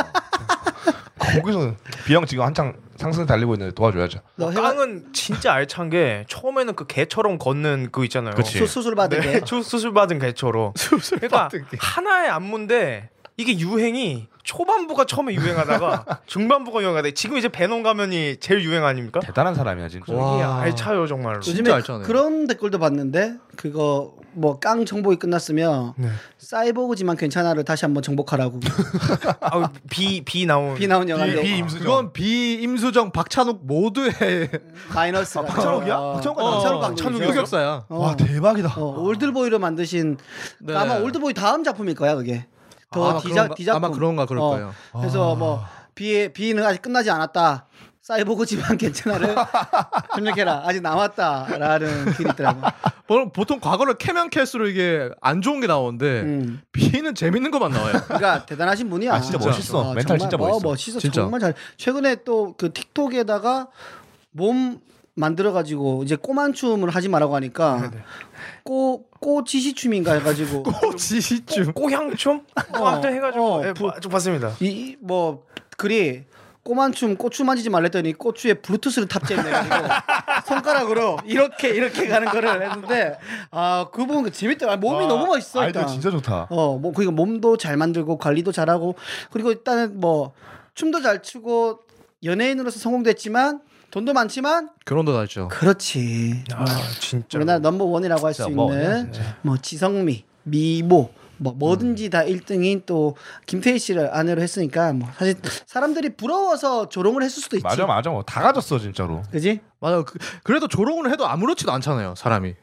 Speaker 3: 거기서 B형 지금 한창 상승 달리고 있는데 도와줘야죠.
Speaker 1: 너
Speaker 2: 뭐
Speaker 1: 해가
Speaker 2: 깡은 진짜 알찬 게 처음에는 그 개처럼 걷는 그 있잖아요.
Speaker 3: 그치.
Speaker 1: 수, 수술 받은 게.
Speaker 2: 네, 수- 수술 받은 개처럼. 수술 그러니까
Speaker 4: 받은 개.
Speaker 2: 하나의 안무인데 이게 유행이 초반부가 처음에 유행하다가 중반부가 유행하다. 지금 이제 베놈 가면이 제일 유행 아닙니까?
Speaker 3: 대단한 사람이야 진짜.
Speaker 4: 와.
Speaker 2: 이게 알차요 정말로.
Speaker 4: 진짜
Speaker 1: 요즘에
Speaker 4: 알잖아요.
Speaker 1: 그런 댓글도 봤는데 그거 뭐 깡 정복이 끝났으면
Speaker 2: 네.
Speaker 1: 사이보그지만 괜찮아를 다시 한번 정복하라고
Speaker 2: 아, 비, 비 나온.
Speaker 1: 비 나온 영화인데
Speaker 3: B 임수정.
Speaker 4: 그건 비 임수정 박찬욱 모두의
Speaker 1: 마이너스.
Speaker 3: 박찬욱이야? 박찬욱까지 나왔어?
Speaker 1: 박찬욱
Speaker 4: 찬욱
Speaker 1: 박찬욱이죠.
Speaker 4: 흑역사야.
Speaker 1: 어.
Speaker 3: 와 대박이다.
Speaker 1: 어, 올드보이로 만드신
Speaker 4: 네.
Speaker 1: 아마 올드보이 다음 작품일 거야 그게
Speaker 4: 아,
Speaker 1: 더
Speaker 4: 아마
Speaker 1: 디자
Speaker 4: 그런가-
Speaker 1: 디작품 어.
Speaker 4: 아마 그런가 아. 그럴 거예요.
Speaker 1: 그래서 뭐 비의 비는 아직 끝나지 않았다. 사이보그지만 괜찮아를 협력해라. 아직 남았다라는 글이 있더라고.
Speaker 4: 뭐, 보- 보통 과거를 캐면 캘수록 이게 안 좋은 게 나오는데
Speaker 1: 음.
Speaker 4: 비는 재밌는 것만 나와요.
Speaker 1: 그러니까 대단하신 분이야.
Speaker 3: 아, 진짜 멋있어.
Speaker 1: 정말,
Speaker 3: 멘탈 진짜
Speaker 1: 어,
Speaker 3: 멋있어.
Speaker 1: 멋있어.
Speaker 4: 진짜.
Speaker 1: 정말 잘. 최근에 또 그 틱톡에다가 몸 만들어 가지고 이제 꼬만 춤을 하지 말라고
Speaker 4: 네,
Speaker 1: 하니까 꼬 꼬지시 춤인가 어, 해가지고
Speaker 4: 지시쯤.
Speaker 2: 꼬향춤? 뭐 아무튼 해가지고
Speaker 1: 어,
Speaker 2: 예,
Speaker 1: 부-
Speaker 2: 봐- 좀 봤습니다.
Speaker 1: 이 뭐 글이 꼬만춤 고추 만지지 말랬더니 고추에 블루투스를 탑재해가지고 손가락으로 이렇게 이렇게 가는 거를 했는데 아 그 부분 재밌더라 몸이 너무 멋있어
Speaker 3: 아이디어
Speaker 1: 일단
Speaker 3: 진짜 좋다.
Speaker 1: 어뭐 그러니까 몸도 잘 만들고 관리도 잘하고 그리고 일단은 뭐 춤도 잘 추고 연예인으로서 성공됐지만 돈도 많지만
Speaker 4: 결혼도 다죠.
Speaker 1: 그렇지
Speaker 2: 아 진짜.
Speaker 1: 우리나라 넘버 원이라고 할 수
Speaker 3: 진짜
Speaker 1: 있는
Speaker 3: 뭐냐, 진짜. 음.
Speaker 1: 뭐 지성미, 미모 뭐 뭐든지 다 1등인 또 김태희 씨를 아내로 했으니까 뭐 사실 사람들이 부러워서 조롱을 했을 수도 있지.
Speaker 3: 맞아 맞아 뭐 다 가졌어 진짜로.
Speaker 1: 그지?
Speaker 4: 맞아. 그, 그래도 조롱을 해도 아무렇지도 않잖아요, 사람이.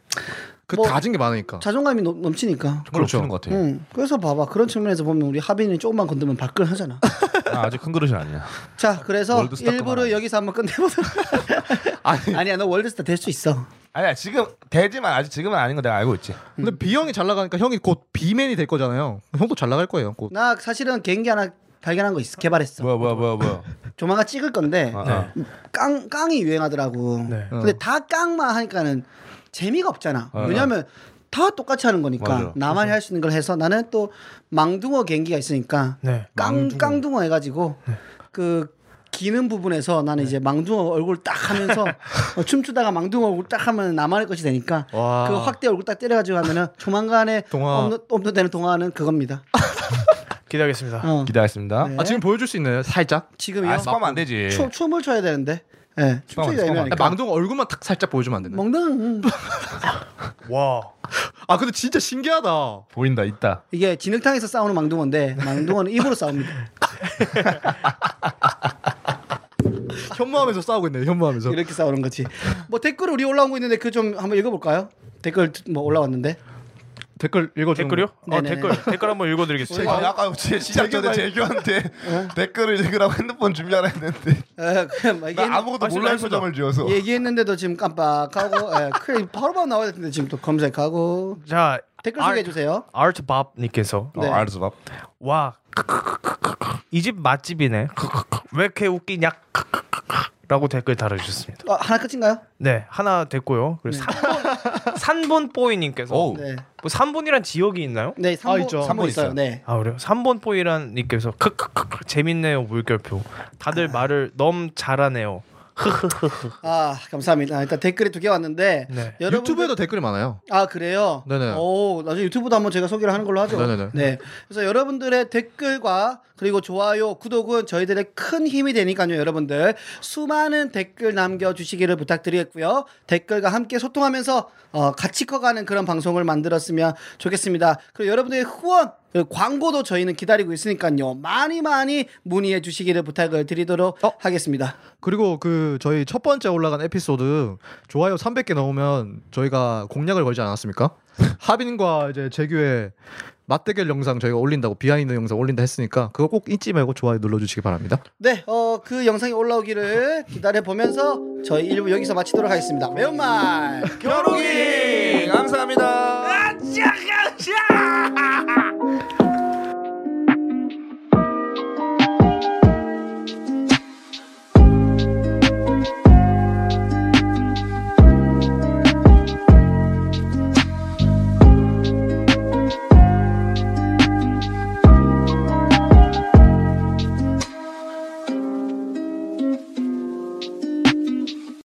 Speaker 4: 그
Speaker 1: 뭐-
Speaker 4: 다진 게 많으니까.
Speaker 1: 자존감이 넘- 넘치니까.
Speaker 3: 정말
Speaker 4: 그렇죠.
Speaker 3: 없는 것 같아.
Speaker 1: 응. 그래서 봐봐 그런 측면에서 보면 우리 하빈이 조금만 건드면 발끈하잖아.
Speaker 3: 아, 아직 큰 그릇이 아니야.
Speaker 1: 자 그래서
Speaker 3: 월드스타
Speaker 1: 일부러
Speaker 3: 그만하네.
Speaker 1: 여기서 한번 끝내보도록.
Speaker 4: 아니,
Speaker 1: 아니야 너 월드스타 될 수 있어.
Speaker 3: 아니야 지금 되지만 아직 지금은 아닌 거 내가 알고 있지.
Speaker 1: 음.
Speaker 4: 근데 비 형이 잘 나가니까 형이 곧 비맨이 될 거잖아요. 형도 잘 나갈 거예요. 곧.
Speaker 1: 나 사실은 개인기 하나 발견한 거 있어 개발했어.
Speaker 3: 뭐야 뭐야 뭐야 뭐야.
Speaker 1: 조만간 찍을 건데
Speaker 3: 아, 아.
Speaker 1: 깡 깡이 유행하더라고.
Speaker 2: 네.
Speaker 1: 근데 다 깡만 하니까는 재미가 없잖아.
Speaker 3: 어,
Speaker 1: 왜냐면 다 똑같이 하는 거니까
Speaker 3: 맞아.
Speaker 1: 나만이 할 수 있는 걸 해서 나는 또 망둥어 갱기가 있으니까
Speaker 2: 네.
Speaker 1: 깡 깡둥어 해가지고 그 기는 부분에서 나는 이제 망둥어 얼굴 딱 하면서 어, 춤추다가 망둥어 얼굴 딱 하면 나만의 것이 되니까
Speaker 4: 와.
Speaker 1: 그 확대 얼굴 딱 때려가지고 하면은 조만간에
Speaker 4: 동화.
Speaker 1: 업로, 업로드되는 동화는 그겁니다.
Speaker 2: 기대하겠습니다.
Speaker 1: 어.
Speaker 3: 기대하겠습니다.
Speaker 1: 네.
Speaker 4: 아, 지금 보여줄 수 있나요? 살짝?
Speaker 1: 지금
Speaker 3: 아
Speaker 1: 이요
Speaker 3: 스파면 안 되지.
Speaker 1: 춤- 춤을 춰야 되는데 예, 춤추기가
Speaker 3: 잠깐만,
Speaker 1: 애매하니까.
Speaker 4: 망동 얼굴만 탁 살짝 보여주면 안 되나?
Speaker 1: 멍당. 음.
Speaker 2: 와.
Speaker 4: 아 근데 진짜 신기하다.
Speaker 3: 보인다 있다.
Speaker 1: 이게 진흙탕에서 싸우는 망둥어인데 망둥어는 입으로 싸웁니다.
Speaker 4: 현무하면서 싸우고 있네. 현무하면서.
Speaker 1: 이렇게 싸우는 거지. 뭐 댓글 우리 올라온 거 있는데 그 좀 한번 읽어볼까요? 댓글 뭐 올라왔는데.
Speaker 4: 댓글 읽어주는
Speaker 2: 댓글이요? 아,
Speaker 1: 네네네.
Speaker 2: 댓글 댓글 한번
Speaker 1: 네.
Speaker 2: 읽어드리겠습니다.
Speaker 3: 아, 아까 제 시작 전에 재규한테 댓글을 읽으라고 핸드폰 준비하라 했는데
Speaker 1: 에, 그냥 막
Speaker 3: 나
Speaker 1: 얘기,
Speaker 3: 아무것도
Speaker 2: 아,
Speaker 3: 몰라는
Speaker 2: 실례했습니다.
Speaker 3: 표정을 지어서
Speaker 1: 예. 얘기했는데도 지금 깜빡하고 에, 그래 바로바로 나와야 되는데 지금 또 검색하고
Speaker 2: 자
Speaker 1: 댓글
Speaker 2: 아,
Speaker 1: 소개해 주세요.
Speaker 2: 아트밥님께서
Speaker 1: 네.
Speaker 3: 어, 알았어 밥.
Speaker 2: 와, 이 집 맛집이네. 왜 이렇게 웃기냐? 라고 댓글 달아주셨습니다.
Speaker 1: 아, 하나 끝인가요?
Speaker 2: 네, 하나 됐고요. 그리고 산본 산본뽀이님께서
Speaker 3: 오.
Speaker 1: 네,
Speaker 2: 뭐 산본이란 지역이 있나요?
Speaker 1: 네, 3번
Speaker 4: 아, 있죠.
Speaker 1: 있어요.
Speaker 3: 삼보 있어요.
Speaker 1: 네.
Speaker 2: 아 그래요? 산본뽀이란 님께서 크크크크 재밌네요 물결표. 다들 말을 너무 잘하네요.
Speaker 1: 아 감사합니다. 아, 일단 댓글이 두 개 왔는데
Speaker 2: 네.
Speaker 1: 여러분들-
Speaker 4: 유튜브에도 댓글이 많아요.
Speaker 1: 아 그래요?
Speaker 4: 네네.
Speaker 1: 오 나중에 유튜브도 한번 제가 소개를 하는 걸로 하죠.
Speaker 4: 네네네.
Speaker 1: 네. 그래서 여러분들의 댓글과 그리고 좋아요, 구독은 저희들의 큰 힘이 되니까요, 여러분들 수많은 댓글 남겨주시기를 부탁드리겠고요. 댓글과 함께 소통하면서 어, 같이 커가는 그런 방송을 만들었으면 좋겠습니다. 그리고 여러분들의 후원. 그리고 광고도 저희는 기다리고 있으니까요. 많이 많이 문의해 주시기를 부탁을
Speaker 4: 어?
Speaker 1: 드리도록 하겠습니다.
Speaker 4: 그리고 그 저희 첫 번째 올라간 에피소드 좋아요 300개 넘으면 저희가 공약을 걸지 않았습니까? 하빈과 이제 재규의 맞대결 영상 저희가 올린다고 비하인드 영상 올린다 했으니까 그거 꼭 잊지 말고 좋아요 눌러주시기 바랍니다.
Speaker 1: 네, 어, 그 영상이 올라오기를 기다려 보면서 저희 1부 여기서 마치도록 하겠습니다. 매운말.
Speaker 2: 결혼